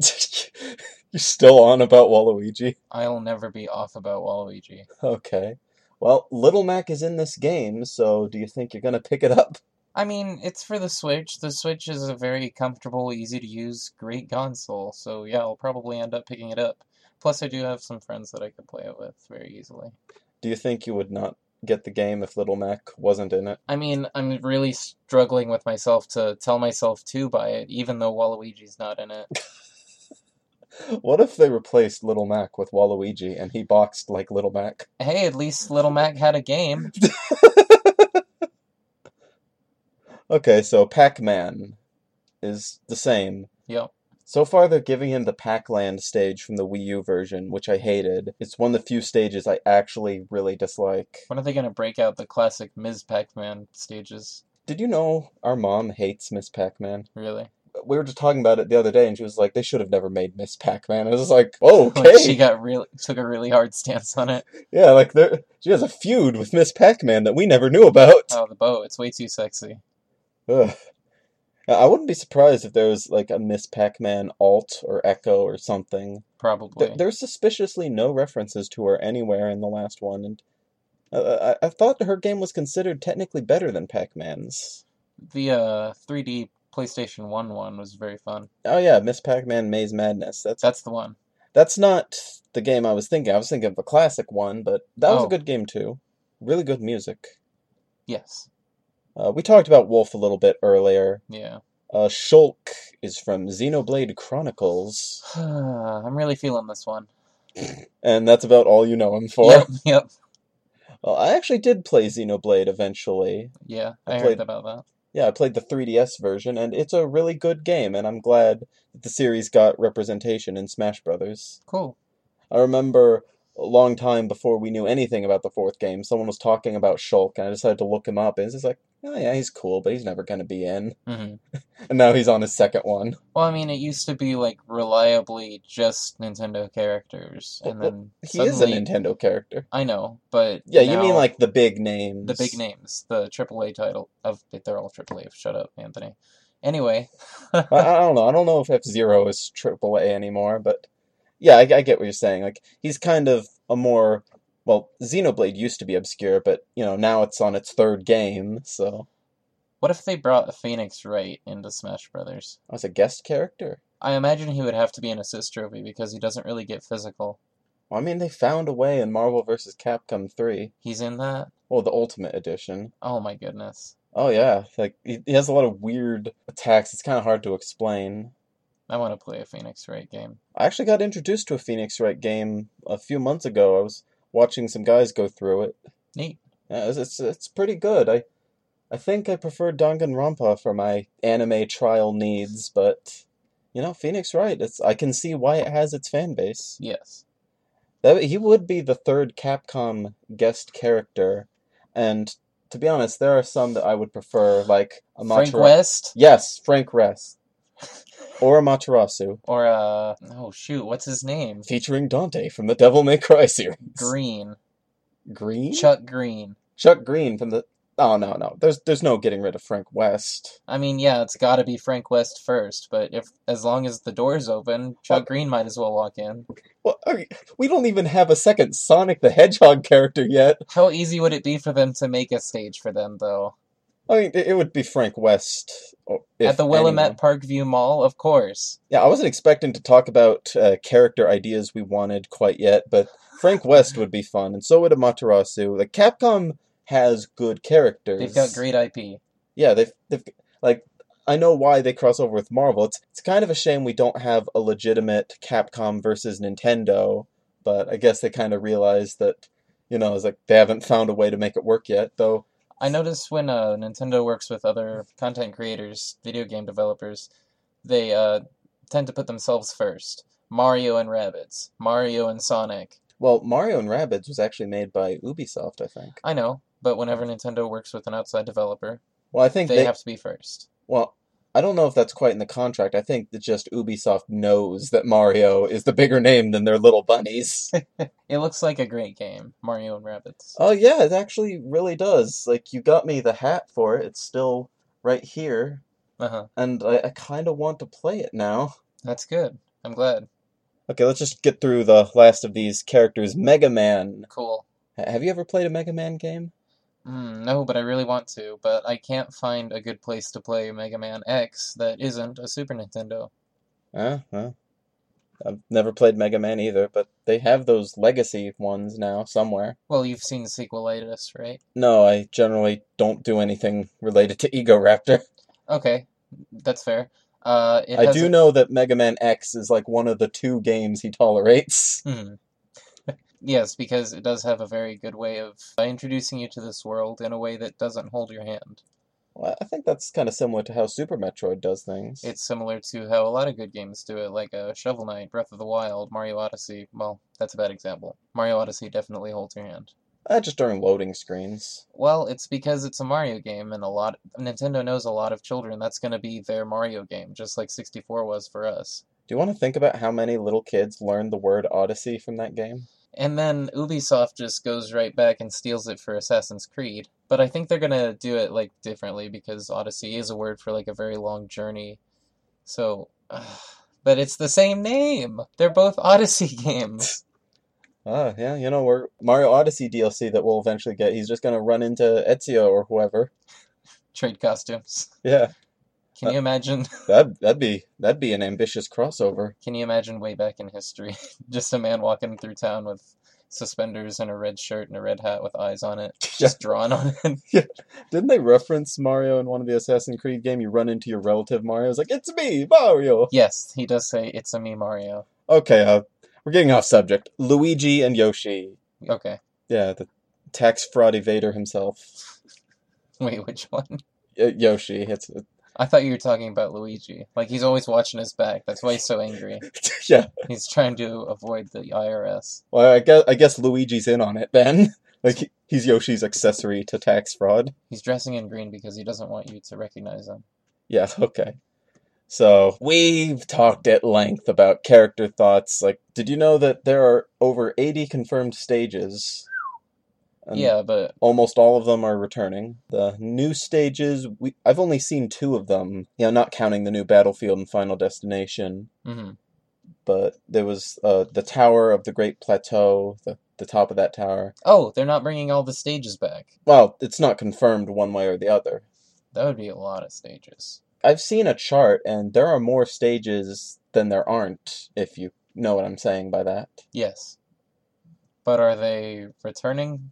[SPEAKER 2] You're still on about Waluigi.
[SPEAKER 3] I'll never be off about Waluigi.
[SPEAKER 2] Okay. Well, Little Mac is in this game, so do you think you're gonna pick it up?
[SPEAKER 3] I mean, it's for the Switch. The Switch is a very comfortable, easy to use, great console, so yeah, I'll probably end up picking it up. Plus, I do have some friends that I could play it with very easily.
[SPEAKER 2] Do you think you would not get the game if Little Mac wasn't in it?
[SPEAKER 3] I mean, I'm really struggling with myself to tell myself to buy it, even though Waluigi's not in it.
[SPEAKER 2] What if they replaced Little Mac with Waluigi and he boxed like Little Mac?
[SPEAKER 3] Hey, at least Little Mac had a game.
[SPEAKER 2] Okay, so Pac Man is the same.
[SPEAKER 3] Yep.
[SPEAKER 2] So far, they're giving him the Pac Land stage from the Wii U version, which I hated. It's one of the few stages I actually really dislike.
[SPEAKER 3] When are they going to break out the classic Ms. Pac Man stages?
[SPEAKER 2] Did you know our mom hates Miss Pac Man?
[SPEAKER 3] Really?
[SPEAKER 2] We were just talking about it the other day, and she was like, they should have never made Miss Pac Man. I was like, oh, okay.
[SPEAKER 3] Like she got really took a really hard stance on it.
[SPEAKER 2] Yeah, like there, she has a feud with Miss Pac-Man that we never knew about.
[SPEAKER 3] Oh, the boat! It's way too sexy.
[SPEAKER 2] Ugh. I I wouldn't be surprised if there was like a Miss Pac-Man alt or echo or something.
[SPEAKER 3] Probably.
[SPEAKER 2] There, there's suspiciously no references to her anywhere in the last one, and uh, I, I thought her game was considered technically better than Pac-Man's.
[SPEAKER 3] the uh, 3D PlayStation One one was very fun.
[SPEAKER 2] Oh yeah, Miss Pac-Man Maze Madness. That's
[SPEAKER 3] That's the one.
[SPEAKER 2] that's not the game I was thinking. I was thinking of a classic one, but that was
[SPEAKER 3] Oh.
[SPEAKER 2] a good game too. Really good music.
[SPEAKER 3] Yes.
[SPEAKER 2] Uh, we talked about Wolf a little bit earlier.
[SPEAKER 3] Yeah.
[SPEAKER 2] Uh, Shulk is from Xenoblade Chronicles,
[SPEAKER 3] I'm really feeling this one.
[SPEAKER 2] and that's about all you know him for.
[SPEAKER 3] Yep. Yep.
[SPEAKER 2] Well, I actually did play Xenoblade eventually.
[SPEAKER 3] Yeah.
[SPEAKER 2] I
[SPEAKER 3] I,
[SPEAKER 2] played-
[SPEAKER 3] heard about that.
[SPEAKER 2] Yeah, I played the 3DS version, and it's a really good game, and I'm glad that the series got representation in Smash Brothers.
[SPEAKER 3] Cool.
[SPEAKER 2] I remember a long time before we knew anything about the fourth game, someone was talking about Shulk, and I decided to look him up, and it's just like, oh yeah, he's cool, but he's never gonna be in.
[SPEAKER 3] hmm
[SPEAKER 2] And now he's on his second one.
[SPEAKER 3] Well, I mean, it used to be like reliably just Nintendo characters, and
[SPEAKER 2] Oh, Well,
[SPEAKER 3] then
[SPEAKER 2] He
[SPEAKER 3] suddenly
[SPEAKER 2] is a Nintendo character.
[SPEAKER 3] I know, but
[SPEAKER 2] Yeah, you mean
[SPEAKER 3] now-
[SPEAKER 2] like the big names.
[SPEAKER 3] the big names, the AAA title of they're all AAA. Shut up, Anthony. Anyway,
[SPEAKER 2] I, I don't know. I don't know if F Zero is triple A anymore, but yeah, I, I get what you're saying. Like he's kind of a more well, Xenoblade used to be obscure, but you know now it's on its third game, so
[SPEAKER 3] what if they brought Phoenix Wright into Smash Brothers?
[SPEAKER 2] I was a guest character.
[SPEAKER 3] I imagine he would have to be an assist trophy because he doesn't really get physical.
[SPEAKER 2] Well, I mean, they found a way in Marvel vs. Capcom Three,
[SPEAKER 3] He's in that.
[SPEAKER 2] well, the Ultimate Edition.
[SPEAKER 3] Oh my goodness.
[SPEAKER 2] Oh yeah, like he, he has a lot of weird attacks. It's kind of hard to explain.
[SPEAKER 3] I want to play a Phoenix Wright game.
[SPEAKER 2] I actually got introduced to a Phoenix Wright game a few months ago. I was watching some guys go through it.
[SPEAKER 3] Neat.
[SPEAKER 2] Yeah, it's, it's it's pretty good. I I think I prefer Danganronpa for my anime trial needs, but you know, Phoenix Wright. It's I can see why it has its fan base.
[SPEAKER 3] Yes.
[SPEAKER 2] That he would be the third Capcom guest character, and to be honest, there are some that I would prefer, like a
[SPEAKER 3] Frank
[SPEAKER 2] Matara-
[SPEAKER 3] West
[SPEAKER 2] Yes, Frank Rest or Amaterasu,
[SPEAKER 3] or uh oh shoot, what's his name?
[SPEAKER 2] featuring Dante from the Devil May Cry series.
[SPEAKER 3] Green.
[SPEAKER 2] Green?
[SPEAKER 3] Chuck Green.
[SPEAKER 2] Chuck Green from the. Oh no, no. There's there's no getting rid of Frank West.
[SPEAKER 3] I mean, yeah, it's got to be Frank West first, but if as long as the door's open, Chuck Green might as well walk in.
[SPEAKER 2] Well, okay, we don't even have a second Sonic the Hedgehog character yet.
[SPEAKER 3] How easy would it be for them to make a stage for them, though?
[SPEAKER 2] I mean, it it would be Frank West. or- if
[SPEAKER 3] At the
[SPEAKER 2] anyone.
[SPEAKER 3] Willamette Parkview Mall, of course.
[SPEAKER 2] Yeah, I wasn't expecting to talk about uh, character ideas we wanted quite yet, but Frank West would be fun, and so would Amaterasu. Like Capcom has good characters.
[SPEAKER 3] They've got great IP.
[SPEAKER 2] Yeah, they've they've like I know why they cross over with Marvel. It's it's kind of a shame we don't have a legitimate Capcom versus Nintendo, but I guess they kind of realize that you know it's like they haven't found a way to make it work yet. Though
[SPEAKER 3] I notice when uh, Nintendo works with other content creators, video game developers, they uh, tend to put themselves first. Mario and Rabbids, Mario and Sonic.
[SPEAKER 2] Well, Mario and Rabbids was actually made by Ubisoft, I think.
[SPEAKER 3] I know, but whenever Nintendo works with an outside developer,
[SPEAKER 2] Well, I think
[SPEAKER 3] they
[SPEAKER 2] they,
[SPEAKER 3] have to be first.
[SPEAKER 2] Well, I don't know if that's quite in the contract. I think that just Ubisoft knows that Mario is the bigger name than their little bunnies.
[SPEAKER 3] It looks like a great game, Mario and Rabbits.
[SPEAKER 2] oh yeah, it actually really does. Like you got me the hat for it. It's still right here,
[SPEAKER 3] Uh huh.
[SPEAKER 2] and I, I kind of want to play it now.
[SPEAKER 3] That's good. I'm glad.
[SPEAKER 2] Okay, let's just get through the last of these characters. Mega Man.
[SPEAKER 3] Cool.
[SPEAKER 2] H- have you ever played a Mega Man game?
[SPEAKER 3] Mm, no, but I really want to, but I can't find a good place to play Mega Man X that isn't a Super Nintendo.
[SPEAKER 2] Uh, well, I've never played Mega Man either, but they have those legacy ones now somewhere.
[SPEAKER 3] Well, you've seen Sequelitis, right?
[SPEAKER 2] No, I generally don't do anything related to Egoraptor.
[SPEAKER 3] Okay, that's fair. Uh, it
[SPEAKER 2] I
[SPEAKER 3] has
[SPEAKER 2] do
[SPEAKER 3] a-
[SPEAKER 2] know that Mega Man X is like one of the two games he tolerates.
[SPEAKER 3] Hmm. Yes, because it does have a very good way of uh, introducing you to this world in a way that doesn't hold your hand.
[SPEAKER 2] Well, I think that's kind of similar to how Super Metroid does things.
[SPEAKER 3] It's similar to how a lot of good games do it, like uh, Shovel Knight, Breath of the Wild, Mario Odyssey. Well, that's a bad example. Mario Odyssey definitely holds your hand.
[SPEAKER 2] Uh, just during loading screens.
[SPEAKER 3] Well, it's because it's a Mario game, and a lot Nintendo knows a lot of children. That's going to be their Mario game, just like 64 was for us.
[SPEAKER 2] Do you want to think about how many little kids learned the word Odyssey from that game?
[SPEAKER 3] And then Ubisoft just goes right back and steals it for Assassin's Creed. But I think they're gonna do it like differently because Odyssey is a word for like a very long journey. So, but it's the same name. They're both Odyssey games.
[SPEAKER 2] Ah, yeah, you know, we're Mario Odyssey DLC that we'll eventually get. He's just gonna run into Ezio or whoever.
[SPEAKER 3] Trade costumes.
[SPEAKER 2] Yeah,
[SPEAKER 3] Can you imagine?
[SPEAKER 2] that that'd be that'd be an ambitious crossover.
[SPEAKER 3] Can you imagine way back in history, just a man walking through town with suspenders and a red shirt and a red hat with eyes on it, just drawn on it.
[SPEAKER 2] Didn't they reference Mario in one of the Assassin's Creed game? You run into your relative Mario. It's like it's me, Mario.
[SPEAKER 3] Yes, he does say it's a me Mario.
[SPEAKER 2] Okay, uh, we're getting off subject. Luigi and Yoshi.
[SPEAKER 3] Okay,
[SPEAKER 2] Yeah, the tax fraud evader himself.
[SPEAKER 3] wait, which one?
[SPEAKER 2] Y- Yoshi. It's
[SPEAKER 3] I thought you were talking about Luigi. Like he's always watching his back. That's why he's so angry.
[SPEAKER 2] yeah.
[SPEAKER 3] He's trying to avoid the IRS.
[SPEAKER 2] Well, I guess I guess Luigi's in on it then. Like he- he's Yoshi's accessory to tax fraud.
[SPEAKER 3] He's dressing in green because he doesn't want you to recognize him.
[SPEAKER 2] Yeah. Okay. So we've talked at length about character thoughts. Like, did you know that there are over eighty confirmed stages? And
[SPEAKER 3] yeah, but
[SPEAKER 2] almost all of them are returning. The new stages, we I've only seen two of them. You know, not counting the new Battlefield and Final Destination,
[SPEAKER 3] mhm.
[SPEAKER 2] but there was uh, the Tower of the Great Plateau, the the top of that tower.
[SPEAKER 3] oh, they're not bringing all the stages back.
[SPEAKER 2] Well, it's not confirmed one way or the other.
[SPEAKER 3] That would be a lot of stages.
[SPEAKER 2] I've seen a chart, and there are more stages than there aren't. If you know what I'm saying by that,
[SPEAKER 3] Yes, but are they returning?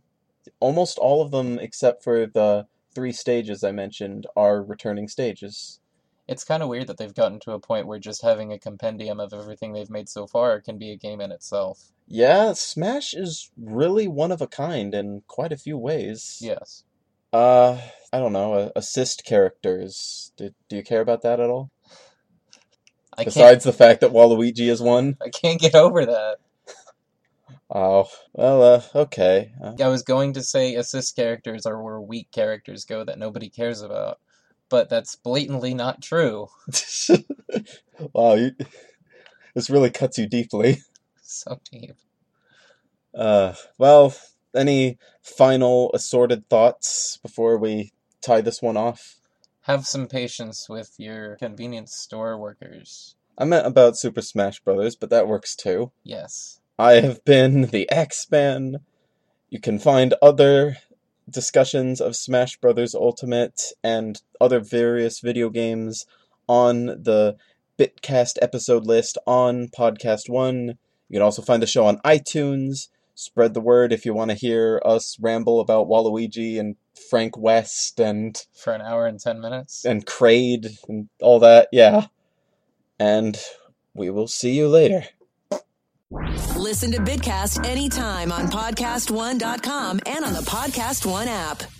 [SPEAKER 2] almost all of them, except for the three stages I mentioned, are returning stages.
[SPEAKER 3] It's kind of weird that they've gotten to a point where just having a compendium of everything they've made so far can be a game in itself.
[SPEAKER 2] Yeah, Smash is really one of a kind in quite a few ways.
[SPEAKER 3] Yes.
[SPEAKER 2] Uh, I don't know. Uh, assist characters. Do, do you care about that at all?
[SPEAKER 3] I can't
[SPEAKER 2] Besides the fact that Waluigi is one.
[SPEAKER 3] I can't get over that.
[SPEAKER 2] Oh, well, uh, okay. Uh,
[SPEAKER 3] I was going to say assist characters are where weak characters go that nobody cares about, but that's blatantly not true.
[SPEAKER 2] wow, you, this really cuts you deeply.
[SPEAKER 3] So deep.
[SPEAKER 2] Uh, well, any final assorted thoughts before we tie this one off?
[SPEAKER 3] Have some patience with your convenience store workers.
[SPEAKER 2] I meant about Super Smash Brothers, but that works too.
[SPEAKER 3] Yes.
[SPEAKER 2] I have been the X Man. You can find other discussions of Smash Brothers Ultimate and other various video games on the Bitcast episode list on Podcast One. You can also find the show on iTunes. Spread the word if you want to hear us ramble about Waluigi and Frank West and
[SPEAKER 3] For an hour and ten minutes.
[SPEAKER 2] and Kraid and all that. Yeah. And we will see you later.
[SPEAKER 1] Listen to Bidcast anytime on podcast1.com and on the Podcast One app.